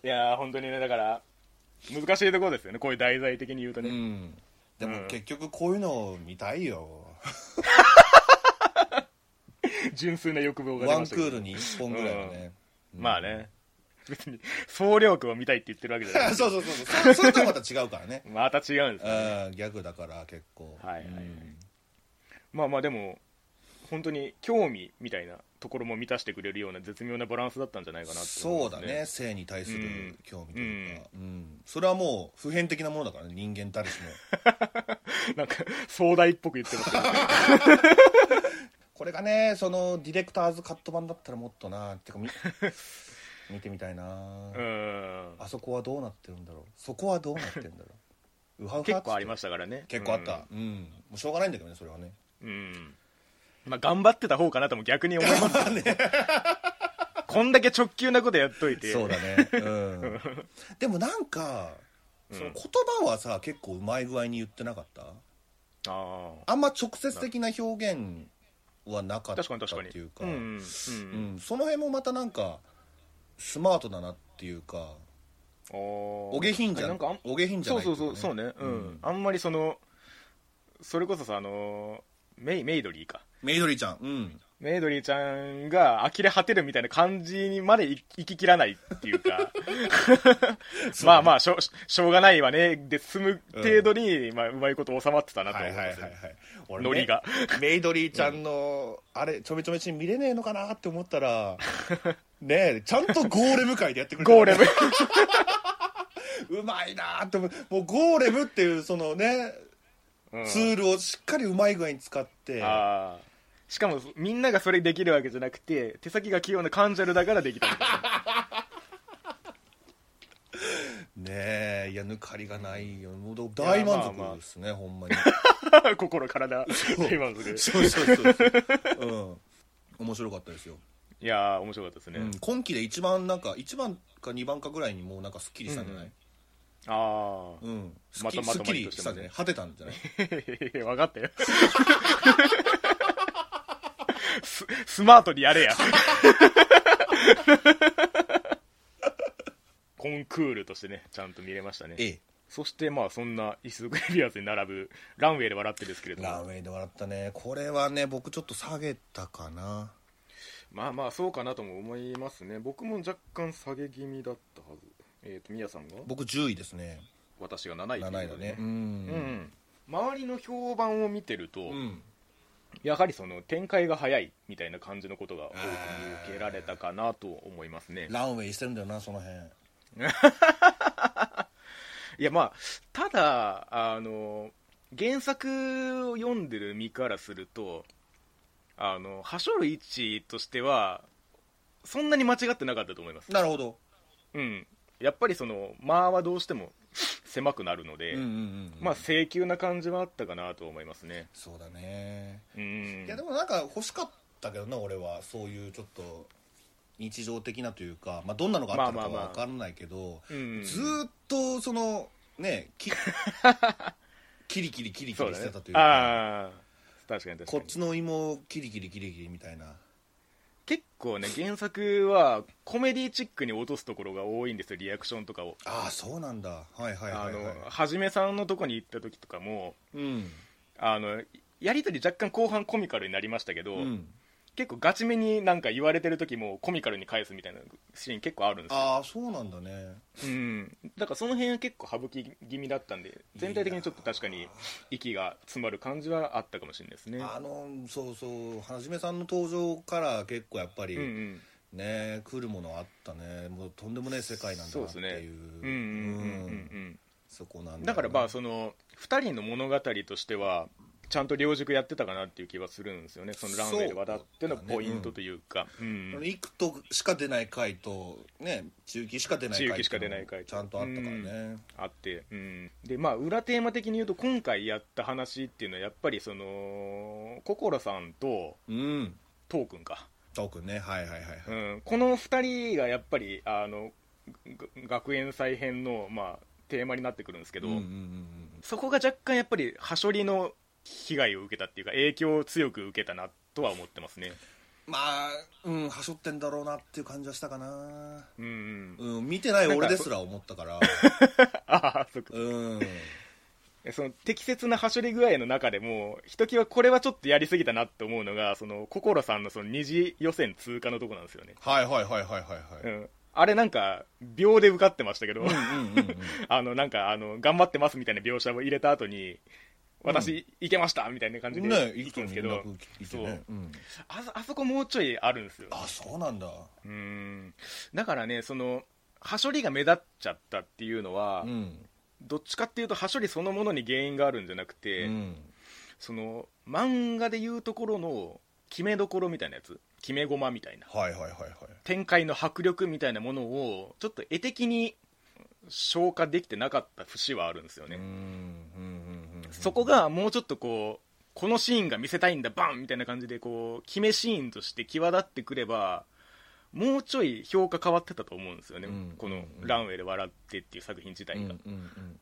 [SPEAKER 1] いやー本当にねだから難しいところですよねこういう題材的に言うとね、
[SPEAKER 2] うんで
[SPEAKER 1] う
[SPEAKER 2] も
[SPEAKER 1] ん
[SPEAKER 2] 結局こういうのを見たいよ、
[SPEAKER 1] 純粋な欲望が出
[SPEAKER 2] ワ
[SPEAKER 1] ま
[SPEAKER 2] ン
[SPEAKER 1] し
[SPEAKER 2] ク
[SPEAKER 1] たけど
[SPEAKER 2] ールに1本ぐらいはね、うん
[SPEAKER 1] まあね別に総量区を見たいって言ってるわけじゃない
[SPEAKER 2] そうそうそうそうそそれとはまた違うからね
[SPEAKER 1] また違うんです
[SPEAKER 2] う
[SPEAKER 1] よね
[SPEAKER 2] んギャグだから結構
[SPEAKER 1] はいはいはい
[SPEAKER 2] うん
[SPEAKER 1] まあまあでも本当に興味みたいなところも満たしてくれるような絶妙なバランスだったんじゃないかなって思
[SPEAKER 2] そ
[SPEAKER 1] いうま
[SPEAKER 2] だ
[SPEAKER 1] す
[SPEAKER 2] ね性に対する興味というか、うんそれはもう普遍的なものだからね人間たるしも
[SPEAKER 1] なんか壮大っぽく言ってますけど
[SPEAKER 2] これがねそのディレクターズカット版だったらもっとなってか み見てみたいな、
[SPEAKER 1] うん
[SPEAKER 2] あそこはどうなってるんだろうそこはどうなってるんだろううはうは
[SPEAKER 1] 結構ありま
[SPEAKER 2] し
[SPEAKER 1] したからね
[SPEAKER 2] 結構あった、うんもうしょうがないんだけどねそれはね
[SPEAKER 1] うん、うんまあ、頑張ってた方かなとも逆に思います けどこんだけ直球なことやっといて
[SPEAKER 2] そうだね、 うん、でもなんかその言葉はさ結構うまい具合に言ってなかった
[SPEAKER 1] あ
[SPEAKER 2] あんま直接的な表現はなか
[SPEAKER 1] あ
[SPEAKER 2] った
[SPEAKER 1] 確かに確か
[SPEAKER 2] っ
[SPEAKER 1] に
[SPEAKER 2] ていうか
[SPEAKER 1] うんうん、う
[SPEAKER 2] うんんその辺もまたなんかスマートだなっていうか
[SPEAKER 1] お
[SPEAKER 2] お下品じゃ
[SPEAKER 1] なんかあん
[SPEAKER 2] お下品じゃ
[SPEAKER 1] そ
[SPEAKER 2] な
[SPEAKER 1] う
[SPEAKER 2] いって
[SPEAKER 1] そ
[SPEAKER 2] いうか
[SPEAKER 1] そうそうねうん、あんまりそのそれこそさあのメイメイドリーか
[SPEAKER 2] メイドリーちゃんうん
[SPEAKER 1] メイドリーちゃんが呆れ果てるみたいな感じにまでい行ききらないっていう かまあまあしょしょうがないわねで済む程度に、まあ、うまいこと収まってたなと思います、
[SPEAKER 2] 俺
[SPEAKER 1] ノリが
[SPEAKER 2] メイドリーちゃんの、あれちょめちょめちん見れねえのかなって思っ たらねえちゃんとゴーレム界でやってくれた
[SPEAKER 1] ゴーレム
[SPEAKER 2] うまいなーって思うもうゴーレムっていうそのね、
[SPEAKER 1] うん
[SPEAKER 2] ツールをしっかりうまい具合に使って
[SPEAKER 1] ああしかもみんながそれできるわけじゃなくて手先が器用なカンジャルだからできたみたいな
[SPEAKER 2] ねえいや抜かりがないよもう大満
[SPEAKER 1] いやまあまあ
[SPEAKER 2] 足ですね、ほん まに
[SPEAKER 1] 心体
[SPEAKER 2] そう
[SPEAKER 1] 今ので
[SPEAKER 2] そうそうそう そううん面白かったですよ、
[SPEAKER 1] いやー面白かったですね、
[SPEAKER 2] うん、今期で一番なんか一番か二番かぐらいにもうなんかすっきりしたんじゃない、
[SPEAKER 1] ああ
[SPEAKER 2] うんすっ
[SPEAKER 1] ま
[SPEAKER 2] き
[SPEAKER 1] た
[SPEAKER 2] り
[SPEAKER 1] ますと
[SPEAKER 2] っ
[SPEAKER 1] ま
[SPEAKER 2] き
[SPEAKER 1] り
[SPEAKER 2] り
[SPEAKER 1] としてますね
[SPEAKER 2] したんじゃない果てたんじ ゃない
[SPEAKER 1] 分かったよススマートにやれやコンクールとしてねちゃんと見れましたね
[SPEAKER 2] ええ
[SPEAKER 1] そしてまあそんなイスグレビアスに並ぶランウェイで笑ってですけれど
[SPEAKER 2] ラ
[SPEAKER 1] も
[SPEAKER 2] ンウェイで笑ったねこれはね僕ちょっと下げたかな
[SPEAKER 1] まあまあそうかなとも思いますね僕も若干下げ気味だったはずえっ、とミヤさんが
[SPEAKER 2] 僕10位ですね
[SPEAKER 1] 私が7位と
[SPEAKER 2] 7位
[SPEAKER 1] いう
[SPEAKER 2] だ
[SPEAKER 1] ことで
[SPEAKER 2] ねう
[SPEAKER 1] うん、
[SPEAKER 2] ん、
[SPEAKER 1] 周りの評判を見てると、
[SPEAKER 2] うん、
[SPEAKER 1] やはりその展開が早いみたいな感じのことが多く見受けられたかなと思いますね。
[SPEAKER 2] ランウェイしてるんだよなその辺
[SPEAKER 1] いやまあただあの原作を読んでる身からするとあのはしょる位置としてはそんなに間違ってなかったと思います。
[SPEAKER 2] なるほど、
[SPEAKER 1] うん、やっぱりその間はどうしても狭くなるので、
[SPEAKER 2] うんうんうんうん
[SPEAKER 1] まあ請求な感じはあったかなと思いますね。
[SPEAKER 2] そうだね、
[SPEAKER 1] うん、
[SPEAKER 2] いやでもなんか欲しかったけどな俺はそういうちょっと日常的なというか、まあ、どんなのがあったの
[SPEAKER 1] まあ
[SPEAKER 2] か
[SPEAKER 1] まあ
[SPEAKER 2] は
[SPEAKER 1] まあ
[SPEAKER 2] 分かんないけど、
[SPEAKER 1] うん
[SPEAKER 2] ずーっとそのね きキリキリキリキ
[SPEAKER 1] そう
[SPEAKER 2] リ
[SPEAKER 1] だ
[SPEAKER 2] し
[SPEAKER 1] ね
[SPEAKER 2] てたというか
[SPEAKER 1] ああ確かに確かに
[SPEAKER 2] こっちの芋キリキリキリキリみたいな
[SPEAKER 1] 結構ね原作はコメディチックに落とすところが多いんですよリアクションとかを、
[SPEAKER 2] ああそうなんだはいはいはいはい
[SPEAKER 1] あのはじめさんのとこに行った時とかも
[SPEAKER 2] うん
[SPEAKER 1] あのやり取り若干後半コミカルになりましたけど、
[SPEAKER 2] うん
[SPEAKER 1] 結構ガチめになんか言われてる時もコミカルに返すみたいなシーン結構あるんですよ、
[SPEAKER 2] ああそうなんだね
[SPEAKER 1] うん、だからその辺は結構省き気味だったんで全体的にちょっと確かに息が詰まる感じはあったかもしれないですね
[SPEAKER 2] あのそうそうはじめさんの登場から結構やっぱり、
[SPEAKER 1] うんうん
[SPEAKER 2] ね来るものあったねもうとんでもねえ世界なんだなってい
[SPEAKER 1] うん
[SPEAKER 2] う
[SPEAKER 1] うんうんうんう
[SPEAKER 2] うん
[SPEAKER 1] ん
[SPEAKER 2] そこなん
[SPEAKER 1] だからまあ
[SPEAKER 2] そ
[SPEAKER 1] その2人の物語としてはちゃんと両軸やってたかなっていう気はするんですよねそのランウェイで渡ってのポイントというかう
[SPEAKER 2] の
[SPEAKER 1] ん
[SPEAKER 2] 行くとしか出ない回とね中期しか出ない回
[SPEAKER 1] 中期しか出ない回
[SPEAKER 2] ちゃんとあったからね
[SPEAKER 1] あってうんでまあ裏テーマ的に言うと今回やった話っていうのはやっぱりその心さんと
[SPEAKER 2] うん
[SPEAKER 1] トークンか、
[SPEAKER 2] トークンねはいはいはい、は
[SPEAKER 1] う
[SPEAKER 2] い
[SPEAKER 1] ん、この2人がやっぱりあのが学園再編の、まあ、テーマになってくるんですけど、
[SPEAKER 2] うんうんうんうん
[SPEAKER 1] そこが若干やっぱりはしょりの被害を受けたっていうか影響を強く受けたなとは思ってますね
[SPEAKER 2] まあうんはしょってんだろうなっていう感じはしたかな
[SPEAKER 1] うん、うん、
[SPEAKER 2] うん見てない俺ですら思ったから
[SPEAKER 1] ああそっか
[SPEAKER 2] うん
[SPEAKER 1] えその適切なはしょり具合の中でもひときわこれはちょっとやりすぎたなって思うのがその心さんのその二次予選通過のとこなんですよね、
[SPEAKER 2] はいはいはいはいは
[SPEAKER 1] う
[SPEAKER 2] い
[SPEAKER 1] ん、あれなんか秒で受かってましたけど、
[SPEAKER 2] はいうんうんうんうん
[SPEAKER 1] あのなんかあの頑張ってますみたいな描写を入れた後に私、いけましたみたいな感じで
[SPEAKER 2] ね
[SPEAKER 1] い
[SPEAKER 2] 一
[SPEAKER 1] く
[SPEAKER 2] 気
[SPEAKER 1] んです
[SPEAKER 2] に
[SPEAKER 1] け
[SPEAKER 2] 連
[SPEAKER 1] ど、
[SPEAKER 2] 絡来てね、うん、
[SPEAKER 1] あそあそこもうちょいあるんですよ
[SPEAKER 2] あそうなんだ
[SPEAKER 1] うんだからねそのはしょりが目立っちゃったっていうのは、
[SPEAKER 2] うん、
[SPEAKER 1] どっちかっていうとはしょりそのものに原因があるんじゃなくて、
[SPEAKER 2] うん、
[SPEAKER 1] その漫画でいうところの決めどころみたいなやつ決め駒みたいな
[SPEAKER 2] はいはいはいはい
[SPEAKER 1] 展開の迫力みたいなものをちょっと絵的に消化できてなかった節はあるんですよね、
[SPEAKER 2] うんうんうんうん
[SPEAKER 1] そこがもうちょっとこうこのシーンが見せたいんだバンみたいな感じでこう決めシーンとして際立ってくればもうちょい評価変わってたと思うんですよね、
[SPEAKER 2] うん
[SPEAKER 1] この「ランウェイで笑って」っていう作品自
[SPEAKER 2] う
[SPEAKER 1] 体
[SPEAKER 2] んうん
[SPEAKER 1] が、
[SPEAKER 2] う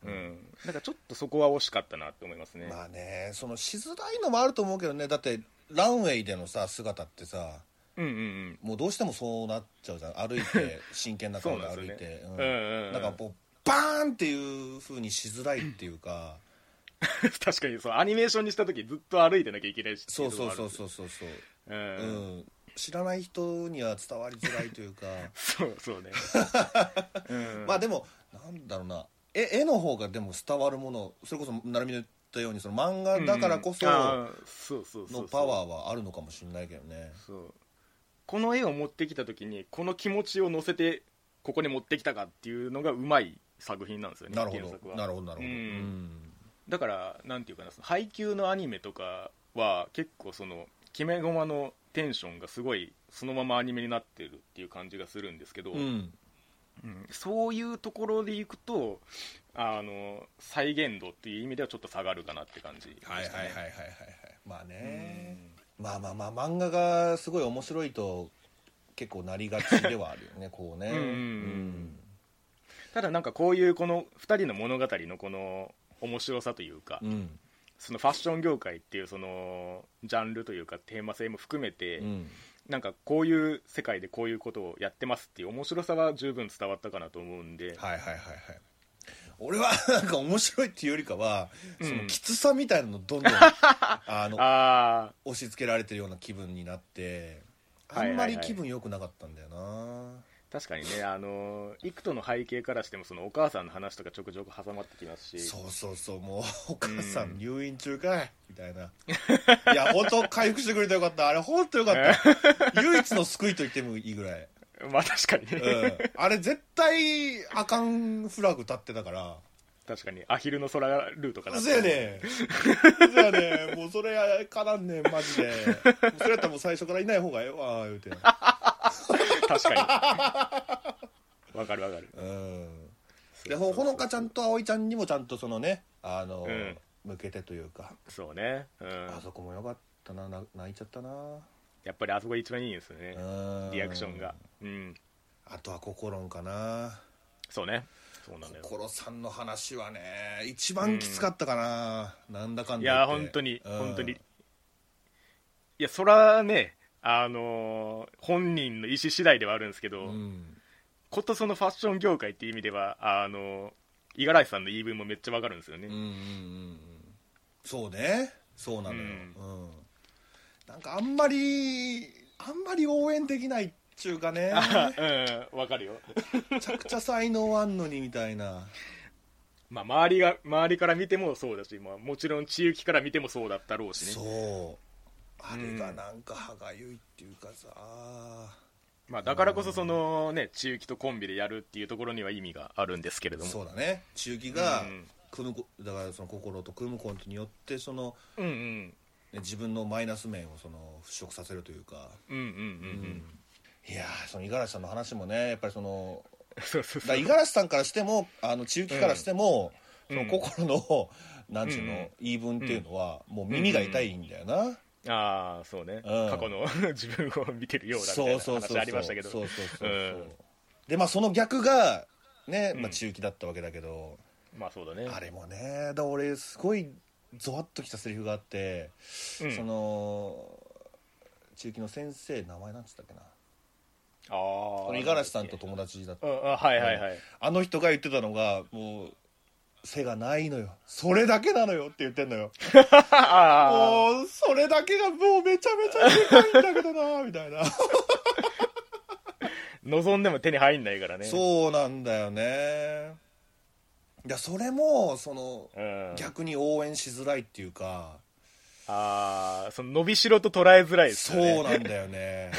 [SPEAKER 1] うん
[SPEAKER 2] ん
[SPEAKER 1] なんかちょっとそこは惜しかったなって思いますね、
[SPEAKER 2] まあねそのしづらいのもあると思うけどねだってランウェイでのさ姿ってさ
[SPEAKER 1] うんうんうん
[SPEAKER 2] もうどうしてもそうなっちゃうじゃん歩いて真剣な顔で
[SPEAKER 1] そうな
[SPEAKER 2] 歩
[SPEAKER 1] ん
[SPEAKER 2] い
[SPEAKER 1] ですよね
[SPEAKER 2] てう
[SPEAKER 1] うんうんうん
[SPEAKER 2] んなんかこうバーンっていう風にしづらいっていうか
[SPEAKER 1] 確かにそうアニメーションにした時ずっと歩いてなきゃいけないし
[SPEAKER 2] そうそうそう
[SPEAKER 1] う
[SPEAKER 2] そうそうそう
[SPEAKER 1] のもあるんです
[SPEAKER 2] う
[SPEAKER 1] ようん、
[SPEAKER 2] ん知らない人には伝わりづらいというか
[SPEAKER 1] そうそう ね、 うん、
[SPEAKER 2] まあでもなんだろうな絵絵の方がでも伝わるものそれこそ成美の言ったようにその漫画だからこそ
[SPEAKER 1] うんうんあーそうそうそう
[SPEAKER 2] のパ
[SPEAKER 1] ー
[SPEAKER 2] ワーはあるのかもしれないけどね
[SPEAKER 1] そうこの絵を持ってきた時にこの気持ちを乗せてここに持ってきたかっていうのがうまい作品なんですよね
[SPEAKER 2] なる
[SPEAKER 1] 原
[SPEAKER 2] ほ
[SPEAKER 1] 作
[SPEAKER 2] ど
[SPEAKER 1] は
[SPEAKER 2] なるほどなるほ
[SPEAKER 1] う
[SPEAKER 2] どうんん
[SPEAKER 1] だからなんていうかなその配給のアニメとかは結構その決め駒のテンションがすごいそのままアニメになってるっていう感じがするんですけど、
[SPEAKER 2] うん
[SPEAKER 1] うんそういうところでいくとあの再現度っていう意味ではちょっと下がるかなって感じでしたね、
[SPEAKER 2] はいはいはいはいはいはいまあね
[SPEAKER 1] うん
[SPEAKER 2] まあまあまあ漫画がすごい面白いと結構なりがちではあるよ ねこうね
[SPEAKER 1] うんうんうんただなんかこういうこの2人の物語のこの面白さというか、
[SPEAKER 2] うんうん
[SPEAKER 1] そのファッション業界っていうそのジャンルというかテーマ性も含めて、
[SPEAKER 2] うん
[SPEAKER 1] なんかこういう世界でこういうことをやってますっていう面白さは十分伝わったかなと思うんで、
[SPEAKER 2] はいはいはいはい俺はなんか面白いっていうよりかは
[SPEAKER 1] うん
[SPEAKER 2] そのきつさみたいなのどんどん あの
[SPEAKER 1] ああ
[SPEAKER 2] 押し付けられてるような気分になって
[SPEAKER 1] は
[SPEAKER 2] あ
[SPEAKER 1] いはいはい
[SPEAKER 2] んまり気分良くなかったんだよな
[SPEAKER 1] 確かにねあのイクトの背景からしてもそのお母さんの話とかちょくちょく挟まってきますし
[SPEAKER 2] そうそうそうもうお母さ
[SPEAKER 1] うん
[SPEAKER 2] ん入院中かいみた いないや本当回復してくれてよかったあれ本当よ かった唯一の救いと言ってもいいぐらい、
[SPEAKER 1] まあ確かにね、
[SPEAKER 2] うん、あれ絶対あかんフラグ立ってたから
[SPEAKER 1] 確かにアヒルの空ルートかな
[SPEAKER 2] うそやねんうそやねんもうそれやからんねんマジでもうそれやったらもう最初からいない方がええわ言うて
[SPEAKER 1] 確かにわかるわかる
[SPEAKER 2] うんでほほのかちゃんと葵ちゃんにもちゃんとそのねあの、
[SPEAKER 1] うん
[SPEAKER 2] 向けてというか、
[SPEAKER 1] そうね、うん
[SPEAKER 2] あ、そこもよかったなな泣いちゃったな、
[SPEAKER 1] やっぱりあそこ一番いいんですよね、
[SPEAKER 2] うん
[SPEAKER 1] リアクションがうん
[SPEAKER 2] あとは心んかな
[SPEAKER 1] そうねそうなんだよ
[SPEAKER 2] 心さんの話はね一番きつかったかな、なんだかんだ
[SPEAKER 1] い
[SPEAKER 2] 言っ
[SPEAKER 1] や
[SPEAKER 2] て
[SPEAKER 1] 本当に
[SPEAKER 2] うん
[SPEAKER 1] 本当にいやそらねあのー本人の意思次第ではあるんですけ
[SPEAKER 2] う
[SPEAKER 1] ど、
[SPEAKER 2] ん
[SPEAKER 1] ことそのファッション業界っていう意味ではあのー五十嵐さんの言い分もめっちゃわかるんですよね、
[SPEAKER 2] う んうんうんうんそうねそうなのよ、
[SPEAKER 1] う
[SPEAKER 2] うんなんかあんまりあんまり応援できないっちゅうか ね
[SPEAKER 1] うんわかるよ
[SPEAKER 2] めちゃくちゃ才能あんのにみたいな
[SPEAKER 1] まあ周りが周りから見てもそうだし、まあ、もちろん千雪から見てもそうだったろうしね
[SPEAKER 2] そうあれがなんか歯がゆいっていうかさ、
[SPEAKER 1] まあ、だからこそその、ね、千雪とコンビでやるっていうところには意味があるんですけれども
[SPEAKER 2] そうだね中期が
[SPEAKER 1] うん
[SPEAKER 2] 組むこだからその心と組むことによってその、
[SPEAKER 1] うんうん
[SPEAKER 2] ね自分のマイナス面をその払拭させるというか、
[SPEAKER 1] うんうんうんうん
[SPEAKER 2] いやーその五十嵐さんの話もねやっぱりその
[SPEAKER 1] そうそうそ
[SPEAKER 2] だから
[SPEAKER 1] う
[SPEAKER 2] 五十嵐さんからしてもあの中期からしても、
[SPEAKER 1] うん
[SPEAKER 2] その心の、なんちゅうの、
[SPEAKER 1] うん
[SPEAKER 2] 言い分っていうのは、もう耳が痛いんだよな、
[SPEAKER 1] ああそうね、
[SPEAKER 2] うん
[SPEAKER 1] 過去の 自分を見てるようだみた
[SPEAKER 2] そ
[SPEAKER 1] いうな
[SPEAKER 2] そうそう
[SPEAKER 1] 話ありましたけど
[SPEAKER 2] そうそうそうそう
[SPEAKER 1] うん
[SPEAKER 2] でまあその逆がね、ま
[SPEAKER 1] う
[SPEAKER 2] あ、
[SPEAKER 1] ん
[SPEAKER 2] 中期だったわけだけど、
[SPEAKER 1] まあそうだね
[SPEAKER 2] あれもねだから俺すごいゾワッときたセリフがあって、
[SPEAKER 1] うん
[SPEAKER 2] その中期の先生名前なんつったっけな
[SPEAKER 1] あ
[SPEAKER 2] こ
[SPEAKER 1] あ
[SPEAKER 2] の五十嵐さんと友達だった
[SPEAKER 1] うんあはいはいはい、
[SPEAKER 2] あの人が言ってたのがもう背がないのよそれだけなのよって言ってんのよ
[SPEAKER 1] ああ
[SPEAKER 2] もうそれだけがもうめちゃめちゃでかいんだけどなみたいな
[SPEAKER 1] 望んでも手に入んないからねう、
[SPEAKER 2] そうなんだよねいやそれもその
[SPEAKER 1] ん、
[SPEAKER 2] 逆に応援しづらいっていうか、
[SPEAKER 1] ああその伸びしろと捉えづらいです
[SPEAKER 2] そ
[SPEAKER 1] よね
[SPEAKER 2] うなんだよね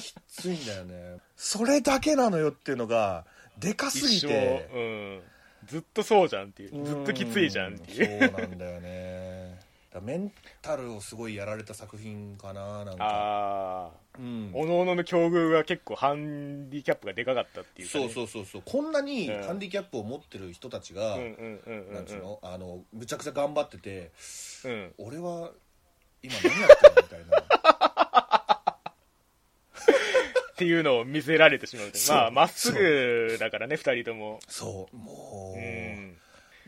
[SPEAKER 2] きついんだよねそれだけなのよっていうのがでかすぎ
[SPEAKER 1] 一
[SPEAKER 2] て
[SPEAKER 1] 生、うん、ずっとそうじゃんっていうずっときついじゃんっていう
[SPEAKER 2] うそうなんだよねだからメンタルをすごいやられた作品かななんか
[SPEAKER 1] ああ
[SPEAKER 2] うん
[SPEAKER 1] おのおのの境遇が結構ハンディキャップがでかかったっていうか、
[SPEAKER 2] そ
[SPEAKER 1] ね、
[SPEAKER 2] う
[SPEAKER 1] う
[SPEAKER 2] そうそうそうこんなに
[SPEAKER 1] うん
[SPEAKER 2] ハンディキャップを持ってる人たちが、
[SPEAKER 1] んうんうんうん
[SPEAKER 2] なんつうのあのむちゃくちゃ頑張ってて
[SPEAKER 1] うんうん
[SPEAKER 2] 俺は今何やってるみたいな
[SPEAKER 1] っていうのを見せられてしまうと
[SPEAKER 2] そう
[SPEAKER 1] まあまっすぐだからね2人とも
[SPEAKER 2] そうも
[SPEAKER 1] う
[SPEAKER 2] う、
[SPEAKER 1] ん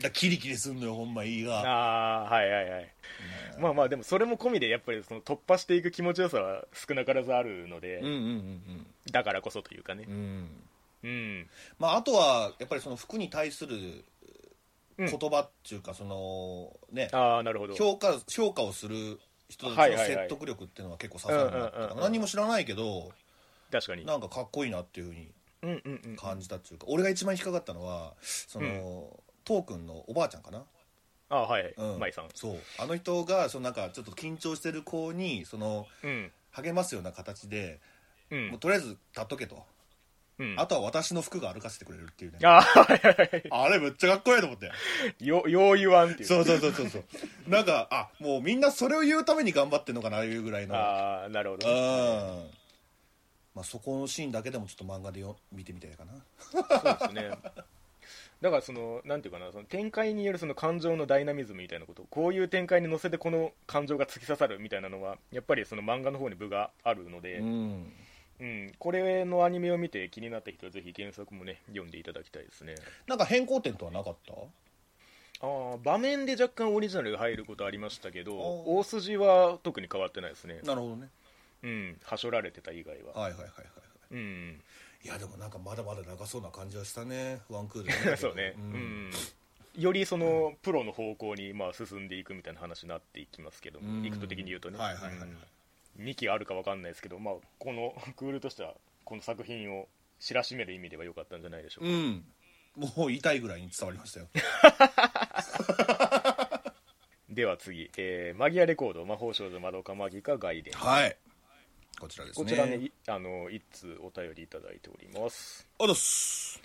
[SPEAKER 2] だキリキリすんのよほんまいいが
[SPEAKER 1] ああはいはいはいまあまあでもそれも込みでやっぱりその突破していく気持ちよさは少なからずあるので、
[SPEAKER 2] うんうん
[SPEAKER 1] だからこそというかね
[SPEAKER 2] うんうんうん
[SPEAKER 1] うん
[SPEAKER 2] まああとはやっぱりその服に対する
[SPEAKER 1] うん
[SPEAKER 2] 言葉っていうかそのね
[SPEAKER 1] ああなるほど
[SPEAKER 2] 評価評価をする人た
[SPEAKER 1] は
[SPEAKER 2] ち
[SPEAKER 1] い
[SPEAKER 2] の
[SPEAKER 1] はいはい
[SPEAKER 2] 説得力っていうのは結構刺さるなっていう
[SPEAKER 1] うんうんうん
[SPEAKER 2] か
[SPEAKER 1] うん
[SPEAKER 2] 何も知らないけど
[SPEAKER 1] 確かに
[SPEAKER 2] なんかかっこいいなっていうふうに
[SPEAKER 1] うんうんうん
[SPEAKER 2] 感じたっていうか俺が一番引っかかったのはその、トークンのおばあちゃんかな、
[SPEAKER 1] ああはいはい、
[SPEAKER 2] うん、
[SPEAKER 1] 舞さん
[SPEAKER 2] そうあの人がそのなんかちょっと緊張してる子にその
[SPEAKER 1] うん
[SPEAKER 2] 励ますような形で、
[SPEAKER 1] う
[SPEAKER 2] もうんとりあえず立っとけと、
[SPEAKER 1] うん
[SPEAKER 2] あとは私の服が歩かせてくれるっていうね
[SPEAKER 1] ああはいはいは
[SPEAKER 2] あれめっちゃかっこいいと思って
[SPEAKER 1] いよ よう言わんっていう
[SPEAKER 2] そうそうそうそうそうなんかあもうみんなそれを言うために頑張ってんのかなああいうぐらいの
[SPEAKER 1] ああなるほど
[SPEAKER 2] うん
[SPEAKER 1] ね、
[SPEAKER 2] まあ、そこのシーンだけでもちょっと漫画でよ見てみたいかな
[SPEAKER 1] そうですねだからそのなんていうかなその展開によるその感情のダイナミズムみたいなことこういう展開に乗せてこの感情が突き刺さるみたいなのはやっぱりその漫画の方に部があるので、
[SPEAKER 2] ん
[SPEAKER 1] うん、これのアニメを見て気になった人はぜひ原作もね読んでいただきたいですね
[SPEAKER 2] なんか変更点とはなかった
[SPEAKER 1] ああ場面で若干オリジナルが入ることありましたけど
[SPEAKER 2] お
[SPEAKER 1] 大筋は特に変わってないですね
[SPEAKER 2] なるほどね
[SPEAKER 1] うんはしょられてた以外は
[SPEAKER 2] はいはいはいはいはい
[SPEAKER 1] うん
[SPEAKER 2] いやでもなんかまだまだ長そうな感じはしたねワンクールで
[SPEAKER 1] そうね
[SPEAKER 2] う
[SPEAKER 1] うんん、よりそのプロの方向にまあ進んでいくみたいな話になっていきますけど
[SPEAKER 2] うん
[SPEAKER 1] も、イクト的に言うとね、
[SPEAKER 2] はいはいはいはい
[SPEAKER 1] 2期あるか分かんないですけど、まあ、このクールとしてはこの作品を知らしめる意味では良かったんじゃないでしょうか、
[SPEAKER 2] んもう痛いぐらいに伝わりましたよ
[SPEAKER 1] では次、えーマギアレコード魔法少女まどかマギかガイデン
[SPEAKER 2] はいこちらですね
[SPEAKER 1] こちらねいあの一通お便りいただいております
[SPEAKER 2] あざっす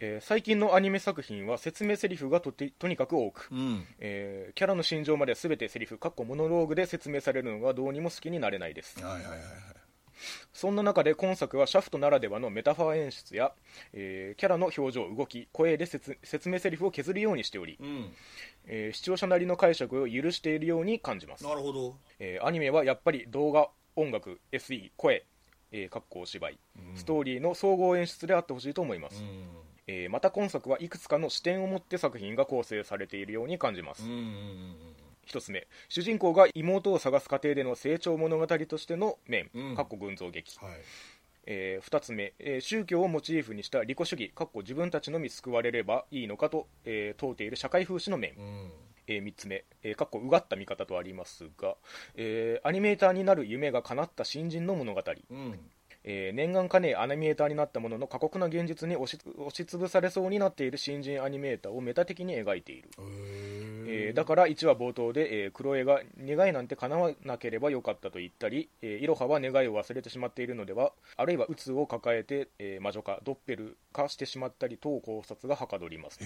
[SPEAKER 1] えー最近のアニメ作品は説明セリフがとてとにかく多く、
[SPEAKER 2] うん
[SPEAKER 1] えーキャラの心情まで全てセリフかっこモノローグで説明されるのがどうにも好きになれないです
[SPEAKER 2] はいはいはいはい
[SPEAKER 1] そんな中で今作はシャフトならではのメタファー演出や、えーキャラの表情、動き、声で説説明セリフを削るようにしており、
[SPEAKER 2] うん
[SPEAKER 1] えー視聴者なりの解釈を許しているように感じます、
[SPEAKER 2] なるほど
[SPEAKER 1] えーアニメはやっぱり動画、音楽、SE、声、えー、かっこお芝居、ストーリーの総合演出であってほしいと思います、
[SPEAKER 2] う
[SPEAKER 1] えーまた今作はいくつかの視点を持って作品が構成されているように感じます、
[SPEAKER 2] んうんうん
[SPEAKER 1] 一つ目主人公が妹を探す過程での成長物語としての面、
[SPEAKER 2] うん
[SPEAKER 1] かっこ群像劇、
[SPEAKER 2] はい
[SPEAKER 1] え2つ目、えー宗教をモチーフにした利己主義かっこ自分たちのみ救われればいいのかと、えー問うている社会風刺の面、
[SPEAKER 2] うん
[SPEAKER 1] え3つ目、えーかっこうがった見方とありますが、えーアニメーターになる夢が叶った新人の物語、
[SPEAKER 2] うん
[SPEAKER 1] えー念願かねえアニメーターになったものの過酷な現実に押し押しつぶされそうになっている新人アニメーターをメタ的に描いている、えーだから1話冒頭で、えー、クロエが願いなんて叶わなければよかったと言ったり、えーイロハは願いを忘れてしまっているのではあるいは鬱を抱えて、えー魔女化ドッペル化してしまったり等考察がはかどります、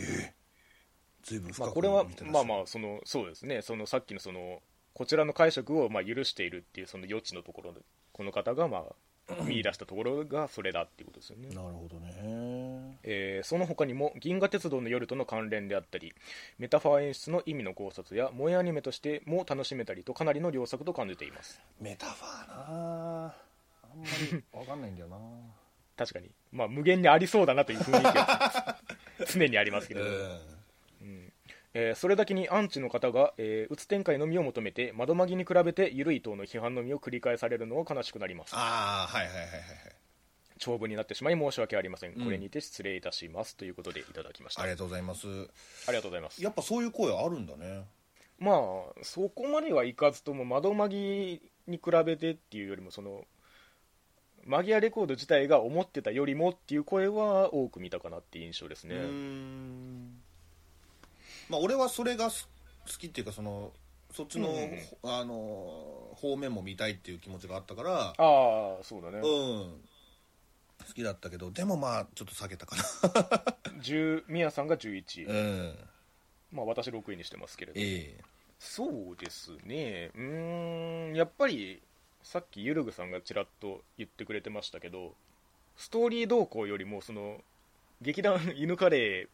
[SPEAKER 2] 随分深
[SPEAKER 1] まあ、
[SPEAKER 2] く
[SPEAKER 1] これは
[SPEAKER 2] 見てらっし
[SPEAKER 1] ま
[SPEAKER 2] ゃ
[SPEAKER 1] あ
[SPEAKER 2] る
[SPEAKER 1] まあそのそうですねそのさっ きのそのこちらの解釈をまあ許しているっていうその余地のところでこの方がまあ見出したところがそれだっていうことですよね
[SPEAKER 2] なるほどね
[SPEAKER 1] えーその他にも「銀河鉄道の夜」との関連であったりメタファー演出の意味の考察や萌えアニメとしても楽しめたりとかなりの良作と感じています
[SPEAKER 2] メタファーなああんまり分かんないんだよ な
[SPEAKER 1] 確かに、まあ、無限にありそうだなという雰囲気は 常にありますけれども、えーそれだけにアンチの方が、えー、うつ展開のみを求めて窓まぎに比べて緩い等の批判のみを繰り返されるのは悲しくなります
[SPEAKER 2] ああはいはいはいはいはい
[SPEAKER 1] 長文になってしまい申し訳ありません、これにて失礼いたしますということでいただきました
[SPEAKER 2] あ
[SPEAKER 1] あ
[SPEAKER 2] り
[SPEAKER 1] り
[SPEAKER 2] がとうございます
[SPEAKER 1] がとうございます
[SPEAKER 2] やっぱそういう声あるんだね
[SPEAKER 1] まあそこまではいかずとも窓まぎに比べてっていうよりもそのマギアレコード自体が思ってたよりもっていう声は多く見たかなっていう印象ですね、
[SPEAKER 2] うーんまあ俺はそれがす好きっていうかそのそっちの,、
[SPEAKER 1] うんうん
[SPEAKER 2] あの方面も見たいっていう気持ちがあったから
[SPEAKER 1] ああそうだね、
[SPEAKER 2] うん好きだったけどでもまあちょっと避けたかな
[SPEAKER 1] 10宮さんが11、
[SPEAKER 2] うんえ
[SPEAKER 1] まあ、私6位にしてますけれど
[SPEAKER 2] え
[SPEAKER 1] そうですねうーんやっぱりさっきゆるぐさんがちらっと言ってくれてましたけどストーリー動向よりもその劇団犬カレー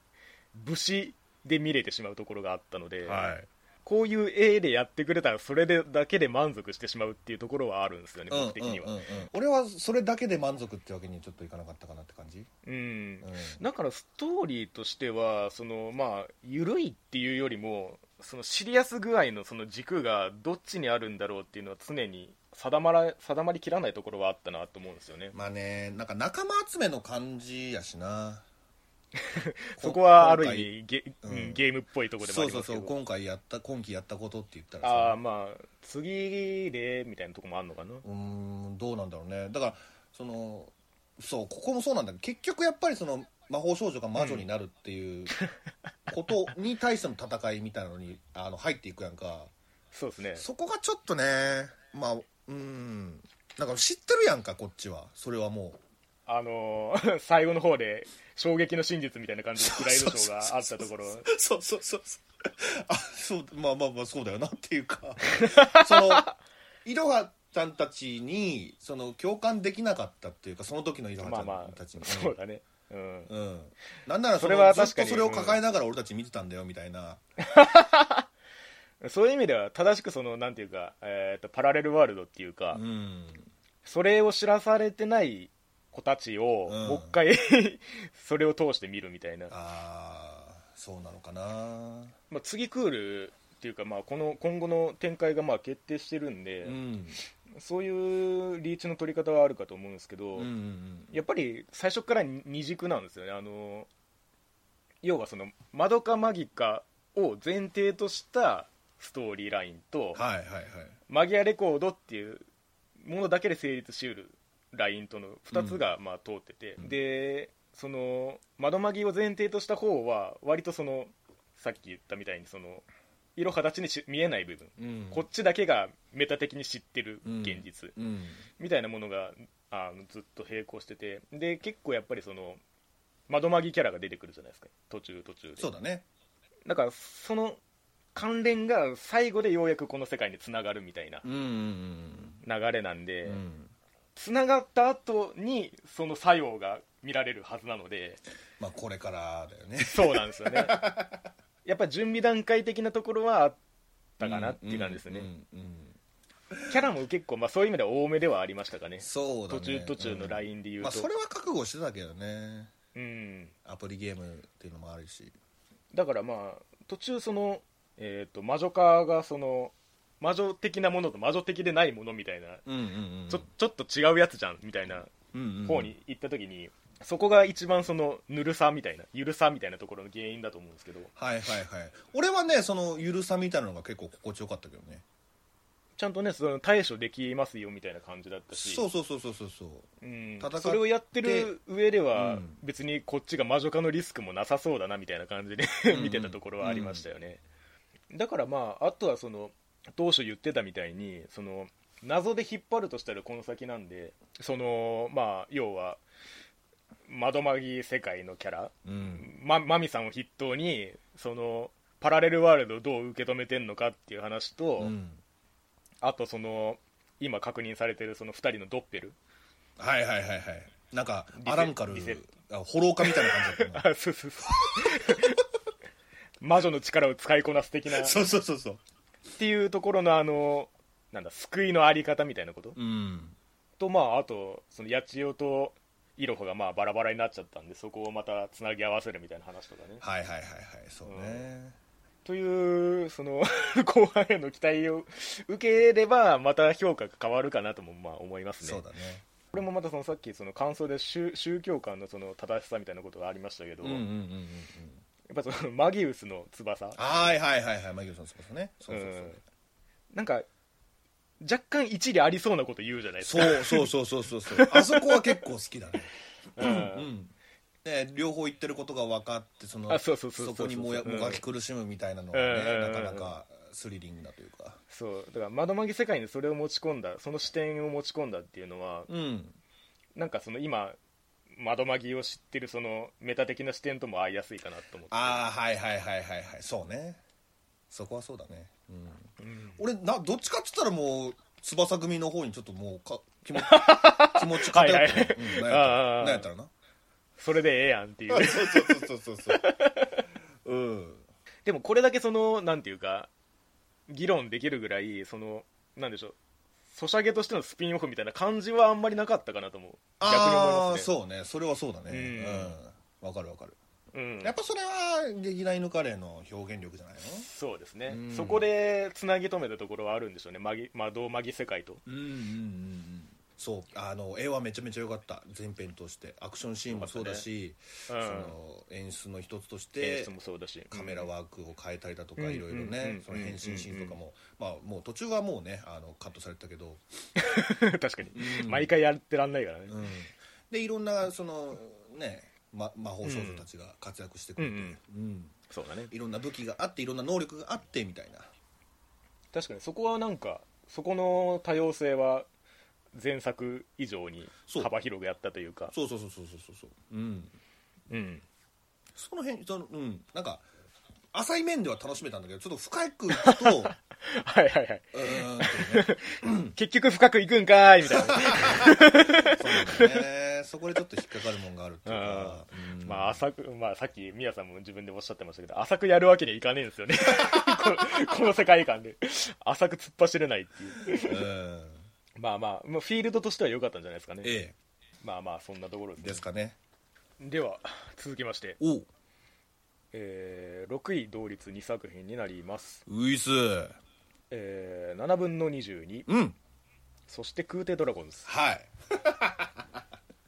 [SPEAKER 1] 武士で見れてしまうところがあったので、
[SPEAKER 2] はい
[SPEAKER 1] こういう絵でやってくれたらそれでだけで満足してしまうっていうところはあるんですよね、僕的には
[SPEAKER 2] うんうんうんうん俺はそれだけで満足ってわけにちょっといかなかったかなって感じ、
[SPEAKER 1] うん、
[SPEAKER 2] うん、
[SPEAKER 1] だからストーリーとしてはそのまあ緩いっていうよりもそのシリアス具合のその軸がどっちにあるんだろうっていうのは常に定まら定まりきらないところはあったなと思うんですよね
[SPEAKER 2] まあねなんか仲間集めの感じやしな
[SPEAKER 1] そこはある
[SPEAKER 2] 今回
[SPEAKER 1] 意味ゲ,、うん
[SPEAKER 2] うん
[SPEAKER 1] ゲームっぽいところでもあ
[SPEAKER 2] そう
[SPEAKER 1] り
[SPEAKER 2] そ
[SPEAKER 1] ま
[SPEAKER 2] う
[SPEAKER 1] す
[SPEAKER 2] そ
[SPEAKER 1] けど
[SPEAKER 2] う今回やった今期やったことって言ったら
[SPEAKER 1] あ
[SPEAKER 2] さ
[SPEAKER 1] あまあ次でみたいなとこもあるのかな
[SPEAKER 2] うーんどうなんだろうねだからそのそうここもそうなんだけど結局やっぱりその魔法少女が魔女になるっていう ことに対しての戦いみたいなのにあの入っていくやんか
[SPEAKER 1] そうですね
[SPEAKER 2] そこがちょっとねまあうーんなんか知ってるやんかこっちはそれはもう
[SPEAKER 1] あのー 最後の方で衝撃の真実みたいな感じでスライドショーがあったところ
[SPEAKER 2] そうそうそうそうあそうまあまあまあそうだよなっていう かそのいろはちゃんたちにその共感できなかったっていうかその時のいろは
[SPEAKER 1] まあま
[SPEAKER 2] ちゃん
[SPEAKER 1] あ
[SPEAKER 2] たちに、
[SPEAKER 1] そうだねうん
[SPEAKER 2] うん、なんならそ
[SPEAKER 1] それ
[SPEAKER 2] れ
[SPEAKER 1] は
[SPEAKER 2] は
[SPEAKER 1] 確
[SPEAKER 2] 確
[SPEAKER 1] か
[SPEAKER 2] か
[SPEAKER 1] に
[SPEAKER 2] にずっとそれを抱えながら俺たち見てたんだよみたいな、
[SPEAKER 1] そういう意味では正しくそのなんていうか、えー、とパラレルワールドっていうか、
[SPEAKER 2] うん、
[SPEAKER 1] それを知らされてない子たちを、
[SPEAKER 2] うん
[SPEAKER 1] もう一回 それを通して見るみたいな、
[SPEAKER 2] ああそうなのかな
[SPEAKER 1] まあ、次クールっていうか、まあ、この今後の展開がまあ決定してるんで、
[SPEAKER 2] うん
[SPEAKER 1] そういうリーチの取り方はあるかと思うんですけ
[SPEAKER 2] う
[SPEAKER 1] ど、
[SPEAKER 2] んうん
[SPEAKER 1] やっぱり最初から二軸なんですよねあの要はその「マドカマギカ」を前提としたストーリーラインと、
[SPEAKER 2] はいはいはい
[SPEAKER 1] マギアレコードっていうものだけで成立しうるラインとの2つがまあ通ってて、
[SPEAKER 2] うん
[SPEAKER 1] でその窓マギを前提とした方は割とそのさっき言ったみたいにその色形にし見えない部分、
[SPEAKER 2] うん
[SPEAKER 1] こっちだけがメタ的に知ってる
[SPEAKER 2] うん
[SPEAKER 1] 現実
[SPEAKER 2] うん
[SPEAKER 1] みたいなものがあのずっと並行しててで結構やっぱりその窓マギキャラが出てくるじゃないですか途中途中で
[SPEAKER 2] そうだね
[SPEAKER 1] だからその関連が最後でようやくこの世界につながるみたいな
[SPEAKER 2] うんうん
[SPEAKER 1] 流れなん
[SPEAKER 2] う
[SPEAKER 1] で、
[SPEAKER 2] んうん
[SPEAKER 1] つながった後にその作用が見られるはずなので
[SPEAKER 2] まあこれからだよね
[SPEAKER 1] そうなんですよ ねやっぱ準備段階的なところはあったかなっていう感じですね、
[SPEAKER 2] うんうんうん
[SPEAKER 1] キャラも結構、まあ、そういう意味では多めではありましたかね
[SPEAKER 2] そうだね
[SPEAKER 1] 途中途中のラ
[SPEAKER 2] ン
[SPEAKER 1] インで言う
[SPEAKER 2] まあ
[SPEAKER 1] と
[SPEAKER 2] そ、れは覚悟してたけどね
[SPEAKER 1] うん、
[SPEAKER 2] アプリゲームっていうのもあるし
[SPEAKER 1] だからまあ途中その、えー、と魔女化がその魔女的なものと魔女的でないものみたいな、
[SPEAKER 2] うんうん
[SPEAKER 1] ちょちょっと違うやつじゃんみたいな
[SPEAKER 2] うん
[SPEAKER 1] 方に行った時に、そこが一番そのぬるさみたいなゆるさみたいなところの原因だと思うんですけど
[SPEAKER 2] はいはいはい俺はねそのゆるさみたいなのが結構心地よかったけどね
[SPEAKER 1] ちゃんとねその対処できますよみたいな感じだったし
[SPEAKER 2] そうそうそうそうそうそ
[SPEAKER 1] う
[SPEAKER 2] う
[SPEAKER 1] ん
[SPEAKER 2] 戦って
[SPEAKER 1] それをやってる上では、
[SPEAKER 2] うん
[SPEAKER 1] 別にこっちが魔女化のリスクもなさそうだなみたいな感じで
[SPEAKER 2] うん
[SPEAKER 1] 見てたところはありましたよね、だからまああとはその当初言ってたみたいにその謎で引っ張るとしたらこの先なんでそのまあ要は窓まぎ世界のキャラ
[SPEAKER 2] うん
[SPEAKER 1] まマミさんを筆頭にそのパラレルワールドをどう受け止めてんのかっていう話と、
[SPEAKER 2] うん
[SPEAKER 1] あとその今確認されてるその2人のドッペル
[SPEAKER 2] はいはいはいはいなんか
[SPEAKER 1] セ
[SPEAKER 2] アランカル
[SPEAKER 1] リセッ
[SPEAKER 2] あホローカみたいな感じだったな
[SPEAKER 1] あそうそうそう魔女の力を使いこなす的 なっ
[SPEAKER 2] そうそうそうそう
[SPEAKER 1] ていうところのあのなんだ救いのあり方みたいなこと、
[SPEAKER 2] うん
[SPEAKER 1] とまああとその八千代とイロハがまあバラバラになっちゃったんでそこをまたつなぎ合わせるみたいな話とかね
[SPEAKER 2] はいはいはいはいそうね、
[SPEAKER 1] というその 後半への期待を受ければまた評価が変わるかなともまあ思いますね
[SPEAKER 2] そうだね
[SPEAKER 1] これもまたそのさっきその感想で宗宗教観のその正しさみたいなことがありましたけど、
[SPEAKER 2] うんうんうん
[SPEAKER 1] や
[SPEAKER 2] うんうん
[SPEAKER 1] っぱそのマギウスの翼
[SPEAKER 2] はいはいはいはいマギオさんそうですねそうそう
[SPEAKER 1] うんなんか若干一理ありそうなこと言うじゃないですか
[SPEAKER 2] そうそうそうそうそうそ うそうあそこは結構好きだね
[SPEAKER 1] う
[SPEAKER 2] うんんね、両方言ってることが分かってその
[SPEAKER 1] あそうそうそうそう
[SPEAKER 2] こにもや
[SPEAKER 1] うん
[SPEAKER 2] もがき苦しむみたいなのはね、
[SPEAKER 1] うん
[SPEAKER 2] なかなかスリリングだというか
[SPEAKER 1] そうだから窓マギ世界にそれを持ち込んだその視点を持ち込んだっていうのは
[SPEAKER 2] うん
[SPEAKER 1] なんかその今窓マギを知ってるそのメタ的な視点とも合いやすいかなと思って
[SPEAKER 2] ああはいはいはいはいはいそうねそこはそうだね、うん、
[SPEAKER 1] うん
[SPEAKER 2] 俺などっちかっつったらもう翼組の方にちょっともうか気 持ち気持ち
[SPEAKER 1] はい
[SPEAKER 2] 偏
[SPEAKER 1] は
[SPEAKER 2] っ
[SPEAKER 1] い
[SPEAKER 2] てるうんなん
[SPEAKER 1] あ
[SPEAKER 2] やったら
[SPEAKER 1] あ
[SPEAKER 2] なんやったらな
[SPEAKER 1] それでええやんっていう
[SPEAKER 2] そうそうそうそうそう そううん
[SPEAKER 1] でもこれだけそのなんていうか議論できるぐらいそのなんでしょうソシャゲとしてのスピンオフみたいな感じはあんまりなかったかなと思う逆に思い
[SPEAKER 2] ああ
[SPEAKER 1] ま
[SPEAKER 2] ー
[SPEAKER 1] すね
[SPEAKER 2] そうねそれはそうだね
[SPEAKER 1] うん
[SPEAKER 2] うんわかるわかる
[SPEAKER 1] うん
[SPEAKER 2] やっぱそれは劇団犬カレーの表現力じゃないの
[SPEAKER 1] そうですね、
[SPEAKER 2] うん
[SPEAKER 1] そこでつなぎ止めたところはあるんでしょうね、マギ窓マギ世界と。
[SPEAKER 2] うんうんうんうんそうあの絵はめちゃめちゃ良かった全編通してアクションシーンもそうだし、
[SPEAKER 1] うん
[SPEAKER 2] その演出の一つとし
[SPEAKER 1] 演
[SPEAKER 2] て
[SPEAKER 1] 出もそうだし、
[SPEAKER 2] カメラワークを変えたりだとか
[SPEAKER 1] うん
[SPEAKER 2] いろいろ
[SPEAKER 1] うんう
[SPEAKER 2] ね
[SPEAKER 1] ん
[SPEAKER 2] その変身シーンとかも、まあ、もう途中はもうねあのカットされてたけど、
[SPEAKER 1] うん 確かに、毎回やってらんないからね、
[SPEAKER 2] うん、でいろんなそのね、ま、魔法少女たちが活躍してくれて、
[SPEAKER 1] うんうん
[SPEAKER 2] うん
[SPEAKER 1] そうだね、
[SPEAKER 2] いろんな武器があっていろんな能力があってみたいな
[SPEAKER 1] 確かにそこはなんか、そこの多様性は前作以上に
[SPEAKER 2] そう
[SPEAKER 1] 幅広くやったというか、
[SPEAKER 2] そうそうそうそうそうそう、うん、
[SPEAKER 1] うん、
[SPEAKER 2] その辺そのうんなんか浅い面では楽しめたんだけどちょっと深くいくとう
[SPEAKER 1] はいはいはい、
[SPEAKER 2] ーん
[SPEAKER 1] 結局深くいくんかーいみたいな、
[SPEAKER 2] そうだねそこでちょっと引っかかるもんがあるっていうか、うん
[SPEAKER 1] ま あ浅くまあ、さっき、みやさんも自分でおっしゃってましたけど、浅くやるわけにはいかねえんですよ ね、ここの世界観で、浅く突っ走れないっていう。
[SPEAKER 2] うん
[SPEAKER 1] まあまあ、まあ、フィールドとしては良かったんじゃないですかね。
[SPEAKER 2] え
[SPEAKER 1] まあまあ、そんなところ
[SPEAKER 2] え
[SPEAKER 1] で
[SPEAKER 2] ですす
[SPEAKER 1] ね。
[SPEAKER 2] かね
[SPEAKER 1] では、続きまして、
[SPEAKER 2] おう
[SPEAKER 1] えー6位同率2作品になります。
[SPEAKER 2] ウイス
[SPEAKER 1] えー7分の22、
[SPEAKER 2] うん
[SPEAKER 1] そして空挺ドラゴンズ。
[SPEAKER 2] はい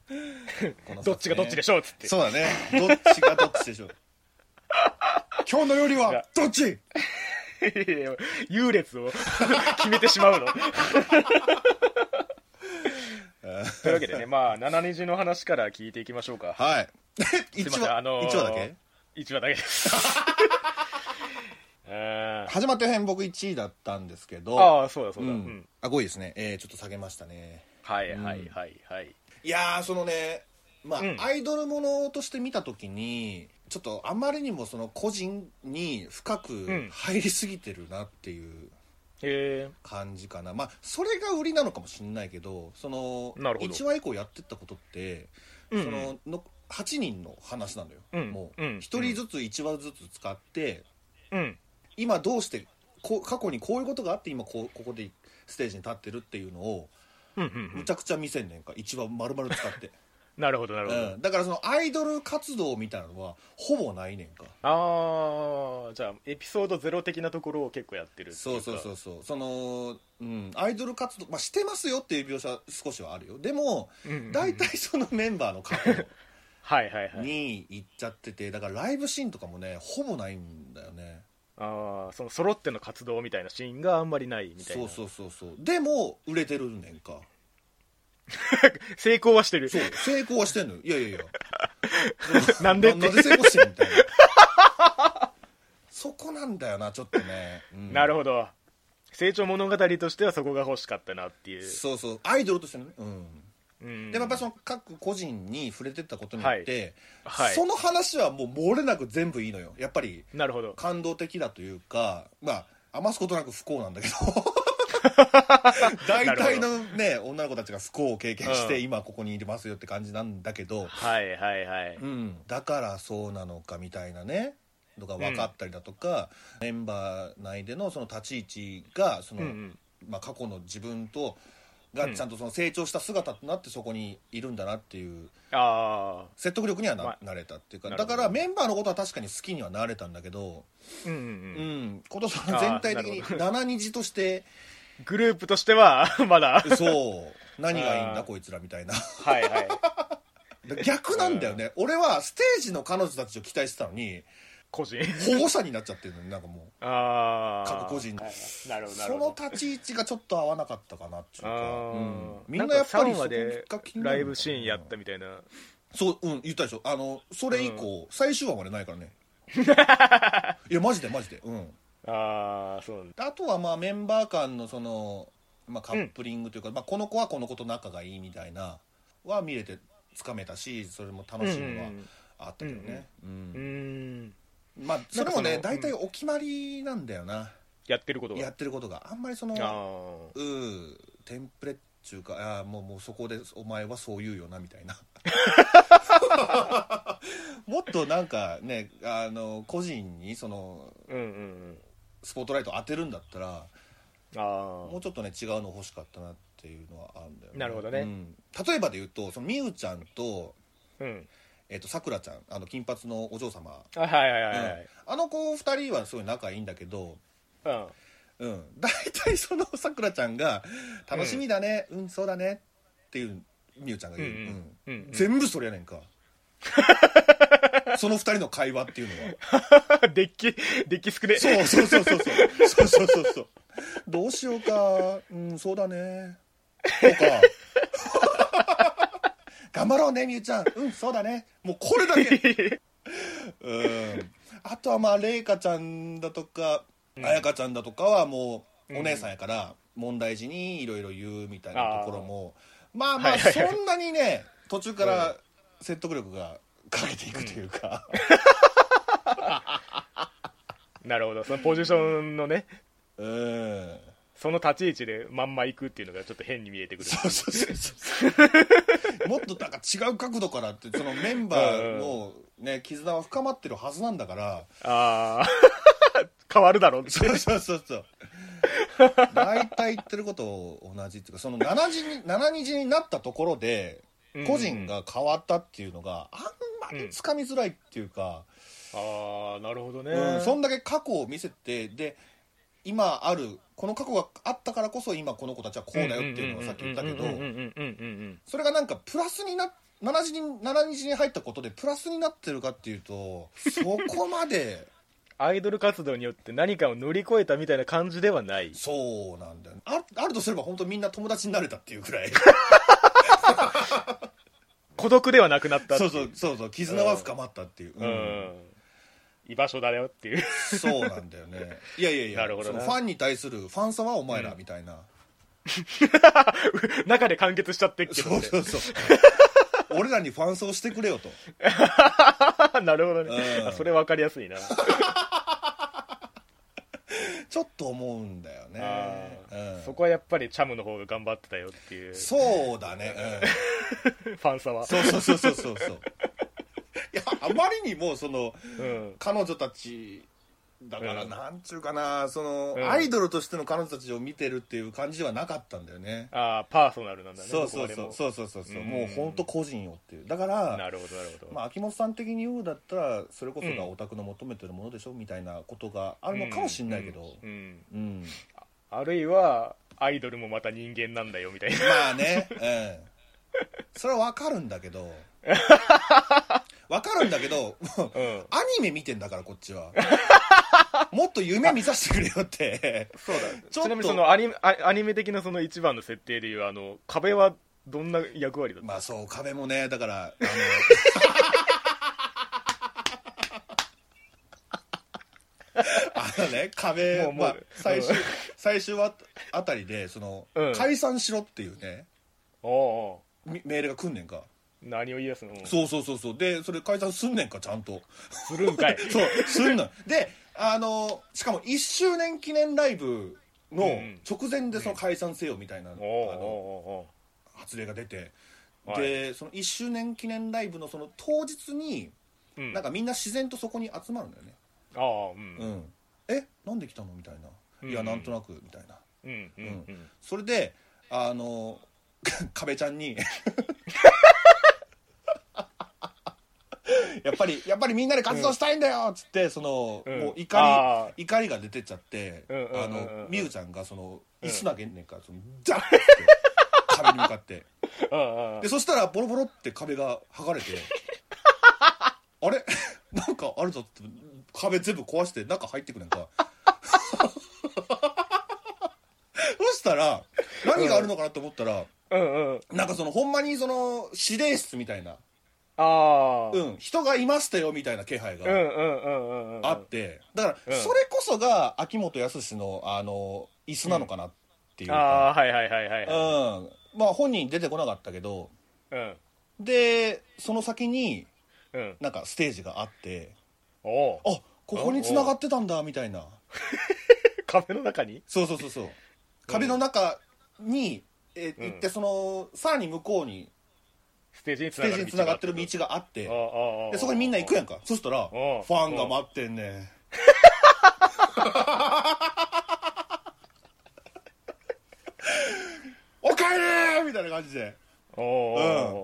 [SPEAKER 1] どっちがどっちで
[SPEAKER 2] し
[SPEAKER 1] しょうっつって。
[SPEAKER 2] そうだねどっちがどっちでしょう 今日の料理はどっち
[SPEAKER 1] いやいや 優劣を 決めてし まうの。というわけでね、まあ、七虹の話から聞いていきましょうか。
[SPEAKER 2] はい
[SPEAKER 1] すいま
[SPEAKER 2] 一
[SPEAKER 1] せん、
[SPEAKER 2] 話、
[SPEAKER 1] あのー、
[SPEAKER 2] 一話だけ
[SPEAKER 1] ?1 話だけです。 えー
[SPEAKER 2] 始まった編僕1位だったんですけど
[SPEAKER 1] ああ、そうだそう
[SPEAKER 2] う
[SPEAKER 1] だ。うんん、
[SPEAKER 2] あ5位ですね、えーちょっと下げましたね
[SPEAKER 1] はいはいはいはい。
[SPEAKER 2] いやーそのねまあ、
[SPEAKER 1] うん
[SPEAKER 2] アイドルものとして見た時にちょっとあまりにもその個人に深く
[SPEAKER 1] ん
[SPEAKER 2] 入りすぎてるなっていう
[SPEAKER 1] へえ。
[SPEAKER 2] 感じかな、まあそれが売りなのかもしれないけどその
[SPEAKER 1] なるほど
[SPEAKER 2] 1話以降やってったことって、
[SPEAKER 1] うん
[SPEAKER 2] そのの8人の話なのよ、
[SPEAKER 1] うん
[SPEAKER 2] もう
[SPEAKER 1] うん
[SPEAKER 2] 1人ずつ1話ずつ使って
[SPEAKER 1] うん。
[SPEAKER 2] 今どうしてこう過去にこういうことがあって今こうここでステージに立ってるっていうのを
[SPEAKER 1] うんうんう
[SPEAKER 2] む
[SPEAKER 1] ん
[SPEAKER 2] ちゃくちゃ見せんねんか1話丸々使って。
[SPEAKER 1] なるほ どなるほど、
[SPEAKER 2] うん、だからそのアイドル活動みたいなのはほぼないねんか
[SPEAKER 1] ああじゃあエピソードゼロ的なところを結構やってるってい
[SPEAKER 2] そうそうそううそうその、うん、アイドル活動、まあ、してますよっていう描写少しはあるよでも
[SPEAKER 1] うんうんうん
[SPEAKER 2] 大体そのメンバーの過去
[SPEAKER 1] かはい はいはい
[SPEAKER 2] に行っちゃっててだからライブシーンとかもねほぼないんだよね
[SPEAKER 1] ああその揃っての活動みたいなシーンがあんまりないみたいな
[SPEAKER 2] そうそうそうそうでも売れてるねんか
[SPEAKER 1] 成功はしてる
[SPEAKER 2] そう成功はしてんのよいやいやいや
[SPEAKER 1] なんでって
[SPEAKER 2] なで成功してんのみたいな そこなんだよなちょっとね、うん
[SPEAKER 1] なるほど成長物語としてはそこが欲しかったなっていう、
[SPEAKER 2] そうそうアイドルとしてのねうん
[SPEAKER 1] うん、
[SPEAKER 2] でもやっぱその各個人に触れてったことによって、
[SPEAKER 1] はいはい
[SPEAKER 2] その話はもう漏れなく全部いいのよやっぱり
[SPEAKER 1] なるほど
[SPEAKER 2] 感動的だというかまあ余すことなく不幸なんだけど大
[SPEAKER 1] なるほど
[SPEAKER 2] 体のね女の子たちが不幸を経験して、
[SPEAKER 1] うん
[SPEAKER 2] 今ここにいますよって感じなんだけど、
[SPEAKER 1] はいはいはい
[SPEAKER 2] うん、だからそうなのかみたいなねのが分かったりだとか、メンバー内でのその立ち位置がその、
[SPEAKER 1] うんうん
[SPEAKER 2] まあ、過去の自分と
[SPEAKER 1] う
[SPEAKER 2] が
[SPEAKER 1] ん
[SPEAKER 2] ちゃんとその成長した姿となってそこにいるんだなっていう
[SPEAKER 1] あ
[SPEAKER 2] 説得力にはな,、
[SPEAKER 1] まあ
[SPEAKER 2] なれたっていうか
[SPEAKER 1] なる
[SPEAKER 2] だ
[SPEAKER 1] ほど
[SPEAKER 2] からメンバーのことは確かに好きにはなれたんだけど、
[SPEAKER 1] あうんうん
[SPEAKER 2] う
[SPEAKER 1] うん
[SPEAKER 2] ん、ことその全体的に
[SPEAKER 1] あーな
[SPEAKER 2] 7虹 として
[SPEAKER 1] グループとしては まだ
[SPEAKER 2] そう何がいいん
[SPEAKER 1] あ
[SPEAKER 2] だ
[SPEAKER 1] ー
[SPEAKER 2] こいつらみたいな
[SPEAKER 1] はいはい
[SPEAKER 2] 逆なんだよね俺はステージの彼女たちを期待してたのに
[SPEAKER 1] 個人
[SPEAKER 2] 保護者になっちゃってるのになんかもう。
[SPEAKER 1] ああ
[SPEAKER 2] 各個人
[SPEAKER 1] なるほどなる
[SPEAKER 2] そ
[SPEAKER 1] ほ
[SPEAKER 2] の
[SPEAKER 1] ど
[SPEAKER 2] 立ち位置がちょっと合わなかったかなっていう
[SPEAKER 1] あ
[SPEAKER 2] か、
[SPEAKER 1] ー
[SPEAKER 2] うんみ
[SPEAKER 1] なんん
[SPEAKER 2] な
[SPEAKER 1] か
[SPEAKER 2] やっぱり
[SPEAKER 1] 3
[SPEAKER 2] そこ
[SPEAKER 1] 話で
[SPEAKER 2] が気にな
[SPEAKER 1] ラ
[SPEAKER 2] る
[SPEAKER 1] イ
[SPEAKER 2] のかな
[SPEAKER 1] ブシーンやったみたいな
[SPEAKER 2] そううん言ったでしょあのそれ以降、最終話までないから ねいやマジでマジでうん
[SPEAKER 1] ああそうなんだ
[SPEAKER 2] あとはまあメンバー間のその、まあ、カップリングというか、まあ、この子はこの子と仲がいいみたいなは見れてつかめたしそれも楽しみはあったけどね
[SPEAKER 1] う
[SPEAKER 2] うん
[SPEAKER 1] ん
[SPEAKER 2] まあそれもね
[SPEAKER 1] なんかその
[SPEAKER 2] 大体お決まりなんだよな、
[SPEAKER 1] やってることが
[SPEAKER 2] やってることがあんまりその
[SPEAKER 1] ああ
[SPEAKER 2] うんテンプレっちゅうかああもうもうそこでお前はそう言うよなみた いなもっとなんかねあの個人にその
[SPEAKER 1] うんうんうん
[SPEAKER 2] スポットライト当てるんだったら
[SPEAKER 1] あ
[SPEAKER 2] もうちょっとね違うの欲しかったなっていうのはあるんだよね
[SPEAKER 1] なるほどね
[SPEAKER 2] うん例えばで言うとその美羽ちゃんと
[SPEAKER 1] あうん
[SPEAKER 2] えっとさくらちゃんあの金髪のお嬢様、
[SPEAKER 1] あはいはいはいは
[SPEAKER 2] うん
[SPEAKER 1] い
[SPEAKER 2] あの子二人はすごい仲いいんだけど
[SPEAKER 1] うん
[SPEAKER 2] うん、大体そのさくらちゃんが「楽しみだねうん、そうだね」っていうみゆちゃんが言う、
[SPEAKER 1] うん
[SPEAKER 2] うん
[SPEAKER 1] うんうん
[SPEAKER 2] 全部それやねんかその二人の会話っていうのは
[SPEAKER 1] デッキデッキ少ね
[SPEAKER 2] そうそうそうそうそうそうそうそうそうどうしようかうんそうだねとか頑張ろうねみゆちゃんうんそうだねもうこれだけうんあとはまあ麗華ちゃんだとか彩香ちゃんだとかはもうお姉さんやから問題児にいろいろ言うみたいなところもまあま
[SPEAKER 1] は
[SPEAKER 2] あ
[SPEAKER 1] いはい
[SPEAKER 2] そ
[SPEAKER 1] はい
[SPEAKER 2] んなにね途中か
[SPEAKER 1] う
[SPEAKER 2] ら説得力が 欠けていくというか、
[SPEAKER 1] なるほどそのポジションのね
[SPEAKER 2] うん、
[SPEAKER 1] その立ち位置でまんま行くっていうのがちょっと変に見えてくる
[SPEAKER 2] そうそうそうそうもっとなんか違う角度からってそのメンバーの、ね、絆は深まってるはずなんだから
[SPEAKER 1] ああ 変わるだろうって
[SPEAKER 2] そうそうそうそう大体言ってること同じっていうかその7時に7時になったところで
[SPEAKER 1] うん
[SPEAKER 2] 個人が変わったっていうのがあんまりつかみづらいっていうか、
[SPEAKER 1] ああなるほどね、
[SPEAKER 2] うんそんだけ過去を見せてで今あるこの過去があったからこそ今この子たちはこうだよっていうのがさっき言ったけど
[SPEAKER 1] うんうんうんうんうんうん
[SPEAKER 2] それがなんかプラスにな7時に7日に入ったことでプラスになってるかっていうとそこまで
[SPEAKER 1] アイドル活動によって何かを乗り越えたみたいな感じではない
[SPEAKER 2] そうなんだよねああるとすれば本当みんな友達になれたっていうくらい
[SPEAKER 1] 孤独ではなくなったって
[SPEAKER 2] そ
[SPEAKER 1] いう
[SPEAKER 2] そうそうそう絆は深まったっていう、
[SPEAKER 1] うん、居場所だよっていう
[SPEAKER 2] そうなんだよね いやいやいや
[SPEAKER 1] なるほど
[SPEAKER 2] そ
[SPEAKER 1] な
[SPEAKER 2] のファンに対するファンさはお前らみたいな、
[SPEAKER 1] 中で完結しちゃってっけど
[SPEAKER 2] そう
[SPEAKER 1] ね
[SPEAKER 2] そう そう俺らにファン層してくれよと
[SPEAKER 1] なるほどね、
[SPEAKER 2] う ん
[SPEAKER 1] あそれ分かりやすいな
[SPEAKER 2] ちょっと思うんだよ
[SPEAKER 1] あ
[SPEAKER 2] ね、
[SPEAKER 1] ー
[SPEAKER 2] うん
[SPEAKER 1] そこはやっぱりチャムの方が頑張ってたよっていうフ
[SPEAKER 2] そうだね、うん、
[SPEAKER 1] ァンさは
[SPEAKER 2] そうそうそうそう そうそういやあまりにもその
[SPEAKER 1] うん
[SPEAKER 2] 彼女たちだから、
[SPEAKER 1] うん
[SPEAKER 2] なんちゅうかなその、
[SPEAKER 1] うん
[SPEAKER 2] アイドルとしての彼女たちを見てるっていう感じではなかったんだよね
[SPEAKER 1] ああパーソナルなんだね
[SPEAKER 2] そうそう
[SPEAKER 1] ど
[SPEAKER 2] そ
[SPEAKER 1] こ
[SPEAKER 2] う
[SPEAKER 1] ま
[SPEAKER 2] そうそうそうそう
[SPEAKER 1] うん
[SPEAKER 2] もう本当個人よっていうだから
[SPEAKER 1] でもなるほどなるほど、
[SPEAKER 2] まあ、秋元さん的に言うんだったらそれこそが
[SPEAKER 1] うん
[SPEAKER 2] オタクの求めてるものでしょみたいなことがあるのかもしれないけど、
[SPEAKER 1] うんうん
[SPEAKER 2] うん
[SPEAKER 1] あるいはアイドルもまた人間なんだよみたいな
[SPEAKER 2] まあね、うん、それはわかるんだ けどわかるんだけどもう
[SPEAKER 1] うん
[SPEAKER 2] アニメ見てんだからこっ ちはもっと夢見させてくれよって
[SPEAKER 1] そうだ
[SPEAKER 2] ちょっと
[SPEAKER 1] ちなみにそのアニメアアニメ的なその一番の設定でいうあの壁はどんな役割だった、
[SPEAKER 2] まあそう壁もねだからあのあ のね壁
[SPEAKER 1] もうもう
[SPEAKER 2] まあ、最終
[SPEAKER 1] うん
[SPEAKER 2] 最終ああたりでその、
[SPEAKER 1] うん
[SPEAKER 2] 解散しろっていうね
[SPEAKER 1] おうお
[SPEAKER 2] みメールが来んねんか、
[SPEAKER 1] う何を言い出すの
[SPEAKER 2] そうそうそうそうでそれ解散すんねんかちゃんと
[SPEAKER 1] するんかい
[SPEAKER 2] そうすんのであのしかも1周年記念ライブの
[SPEAKER 1] うん
[SPEAKER 2] 直前でその解散せよみたい な、あ
[SPEAKER 1] おおう
[SPEAKER 2] の
[SPEAKER 1] お
[SPEAKER 2] 発令が出て、
[SPEAKER 1] うおうはい
[SPEAKER 2] でその1周年記念ライブのその当日に、
[SPEAKER 1] う
[SPEAKER 2] なんかみんな自然とそこに集まるんだよね、
[SPEAKER 1] ああうん
[SPEAKER 2] うんえなんで来たのみたいな、いや
[SPEAKER 1] うん
[SPEAKER 2] なんとなくみたいな
[SPEAKER 1] うんうんうん
[SPEAKER 2] それであの 壁ちゃんに やっぱりやっぱりみんなで活動したいんだよっつってその、
[SPEAKER 1] うん
[SPEAKER 2] もう怒
[SPEAKER 1] あ
[SPEAKER 2] り怒りが出てっちゃって、
[SPEAKER 1] うんうんうんうん
[SPEAKER 2] あのみゆちゃんがその
[SPEAKER 1] うん
[SPEAKER 2] 椅子投げんねんからそのザッって 壁に向かって
[SPEAKER 1] ーあー
[SPEAKER 2] でそしたらボロボロって壁が 剥がれてあれ なんかあるぞって壁全部壊して中入ってくね んかそしたら何があるのかなと思ったら、
[SPEAKER 1] うんうん
[SPEAKER 2] なんかそのほんまにその指令室みたいな、
[SPEAKER 1] ああ
[SPEAKER 2] うん、人がいましたよみたいな気配
[SPEAKER 1] うん
[SPEAKER 2] が
[SPEAKER 1] うんうんうんうん
[SPEAKER 2] あって、だから
[SPEAKER 1] うん
[SPEAKER 2] それこそが秋元康のあの椅子なのかなっていう
[SPEAKER 1] ああ
[SPEAKER 2] か、
[SPEAKER 1] ーはいはいはいはい
[SPEAKER 2] うん
[SPEAKER 1] はい
[SPEAKER 2] まあ本人出てこなかったけど
[SPEAKER 1] うん
[SPEAKER 2] でその先に
[SPEAKER 1] うん
[SPEAKER 2] なんかステージがあって
[SPEAKER 1] おお
[SPEAKER 2] あここに繋がってたんだみたいな
[SPEAKER 1] 壁の中に
[SPEAKER 2] そうそうそうそう 壁の中に、え
[SPEAKER 1] うん
[SPEAKER 2] 行ってそのさらに向こうに
[SPEAKER 1] ステージに
[SPEAKER 2] ス
[SPEAKER 1] つ
[SPEAKER 2] テ
[SPEAKER 1] な
[SPEAKER 2] ー
[SPEAKER 1] が
[SPEAKER 2] ジ
[SPEAKER 1] る
[SPEAKER 2] に繋がってる道があって
[SPEAKER 1] ああああ
[SPEAKER 2] でそこにみんな行くやんかそしたらフ
[SPEAKER 1] ん
[SPEAKER 2] ァンが待ってん ねんおかえりみたいな感じで
[SPEAKER 1] おお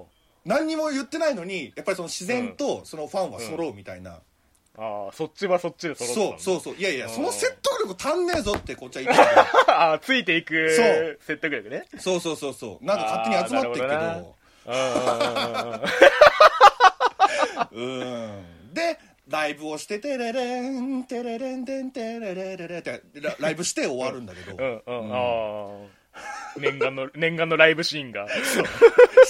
[SPEAKER 1] お
[SPEAKER 2] 何にも言ってないのにやっぱりその自然とそのファンは揃うみたいな、
[SPEAKER 1] おああそっちはそっちで揃ってた
[SPEAKER 2] そ
[SPEAKER 1] の
[SPEAKER 2] うそうそういやいや
[SPEAKER 1] うん
[SPEAKER 2] その説得力足んねえぞってこっちは言ってた
[SPEAKER 1] ああついていく
[SPEAKER 2] そう
[SPEAKER 1] 説得 力ね
[SPEAKER 2] そうそうそうそうなんか勝手に集まってるけ
[SPEAKER 1] あーなる
[SPEAKER 2] ど
[SPEAKER 1] うんうんうんうん
[SPEAKER 2] うんでライブをしてテレレンテレレンテンテレレレレってラライブして終わるんだけど、
[SPEAKER 1] うんうん、ああ念願の 念願のライブシーンが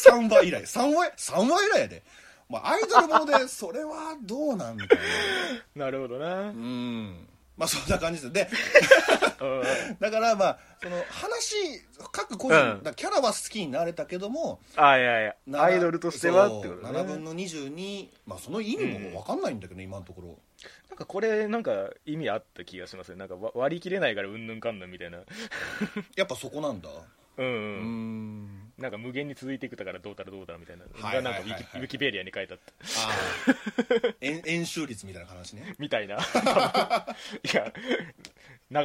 [SPEAKER 2] 3話以来3話三話以来やで、まあ、アイドルもの でそれはどうなんみたいな
[SPEAKER 1] なるほどな、うん
[SPEAKER 2] うんまあそんな感じですでだからまあその話各個
[SPEAKER 1] う
[SPEAKER 2] 人、
[SPEAKER 1] ん
[SPEAKER 2] だからキャラは好きになれたけども、
[SPEAKER 1] あいやいや
[SPEAKER 2] な
[SPEAKER 1] アイドルとしてはってこと
[SPEAKER 2] そう
[SPEAKER 1] ね
[SPEAKER 2] 7分の22、まあ、その意味も分かんないんだけど、今のところ
[SPEAKER 1] なんかこれなんか意味あった気がしますねなんかわ割り切れないからうんぬんかんぬんみた いな
[SPEAKER 2] やっぱそこなんだ
[SPEAKER 1] うん、う
[SPEAKER 2] うんん
[SPEAKER 1] なんか無限に続いていくだからどうたらどうたらみたいな、
[SPEAKER 2] はいはいはいはい
[SPEAKER 1] がなんかウィキウィキペディアに書いてあ った
[SPEAKER 2] ああ円円周率みたいな話ね
[SPEAKER 1] みたいな多分いや流し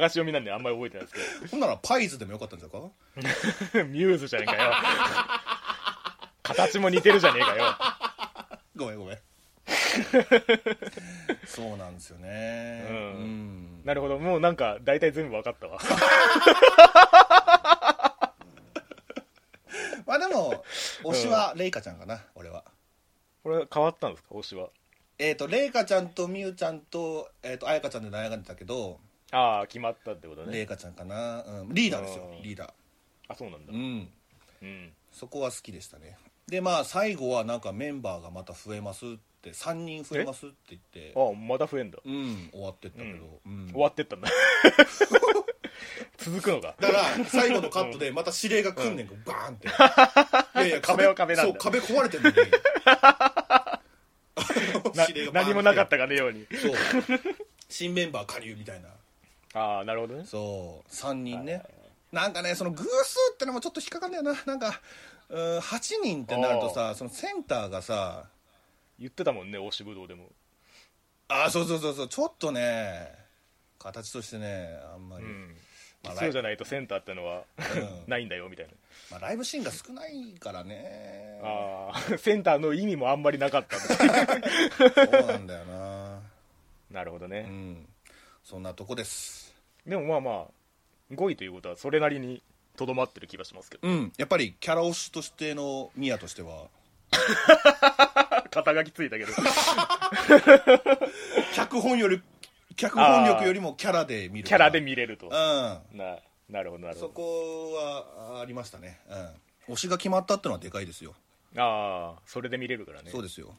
[SPEAKER 1] 読みなんであんまり覚えてないです
[SPEAKER 2] ほんならパイズでもよかったんじゃないか
[SPEAKER 1] けど ミューズじゃねえか よ形も似てるじゃねえかよ
[SPEAKER 2] ごめんごめんそうなんですよね
[SPEAKER 1] う
[SPEAKER 2] うんん、
[SPEAKER 1] なるほどもうなんか大体全部わかったわ
[SPEAKER 2] まあでも推しはレイカちゃんかな、俺は
[SPEAKER 1] これ変わったんですか推しは
[SPEAKER 2] えっ、とレイカちゃんとミュウちゃんと,、えー、と彩香ちゃんで悩んでたけど、
[SPEAKER 1] ああ決まったってこと
[SPEAKER 2] レ
[SPEAKER 1] ね
[SPEAKER 2] イカちゃんかな、うん、リーダーですよ
[SPEAKER 1] うん
[SPEAKER 2] リーダ
[SPEAKER 1] あそうなんだ
[SPEAKER 2] ーうん
[SPEAKER 1] うん
[SPEAKER 2] そこは好きでしたねでまあ最後はなんかメンバーがまた増えますって3人増えますって言って
[SPEAKER 1] あまた増えんだ
[SPEAKER 2] うん終わってったけど、うん
[SPEAKER 1] 終わって ったんだ 続くのか
[SPEAKER 2] だから最後のカットでまた指令が来んねんか、バーン っていやいや
[SPEAKER 1] 壁は壁なんだ
[SPEAKER 2] そう壁壊れてんのに
[SPEAKER 1] な
[SPEAKER 2] 指令がバーンって
[SPEAKER 1] 何もなかったかのように
[SPEAKER 2] そう新メンバー加入みたいな
[SPEAKER 1] ああなるほどね
[SPEAKER 2] そう3人ねなんかねその偶数ってのもちょっと引っかかんだよななんかうん8人ってなるとさそのセンターがさ
[SPEAKER 1] 言ってたもんね推しぶどうでも
[SPEAKER 2] ああそうそうそうそうちょっとね形としてねあんまり、
[SPEAKER 1] うん
[SPEAKER 2] まあ
[SPEAKER 1] そうじゃないとセンターってのは
[SPEAKER 2] うん
[SPEAKER 1] ないんだよみたいな
[SPEAKER 2] まあ、ライブシーンが少ないからね
[SPEAKER 1] ああセンター の意味もあんまりなかった
[SPEAKER 2] そうなんだよな
[SPEAKER 1] なるほど
[SPEAKER 2] う
[SPEAKER 1] ね、
[SPEAKER 2] んそんなとこです
[SPEAKER 1] でもまあまあ5位ということはそれなりにとどまってる気がします けど
[SPEAKER 2] うん、やっぱりキャラ推しとしてのミヤとしては
[SPEAKER 1] 肩書きつい たけど
[SPEAKER 2] 脚本より脚本力よりもキャラで見る
[SPEAKER 1] キャラで
[SPEAKER 2] る
[SPEAKER 1] 見れると
[SPEAKER 2] うん
[SPEAKER 1] ななるほどなる
[SPEAKER 2] そ
[SPEAKER 1] ほ
[SPEAKER 2] こはありましたねうん推しが決まったってのはでかいですよ、
[SPEAKER 1] どああそれで見れるからね
[SPEAKER 2] そうですよ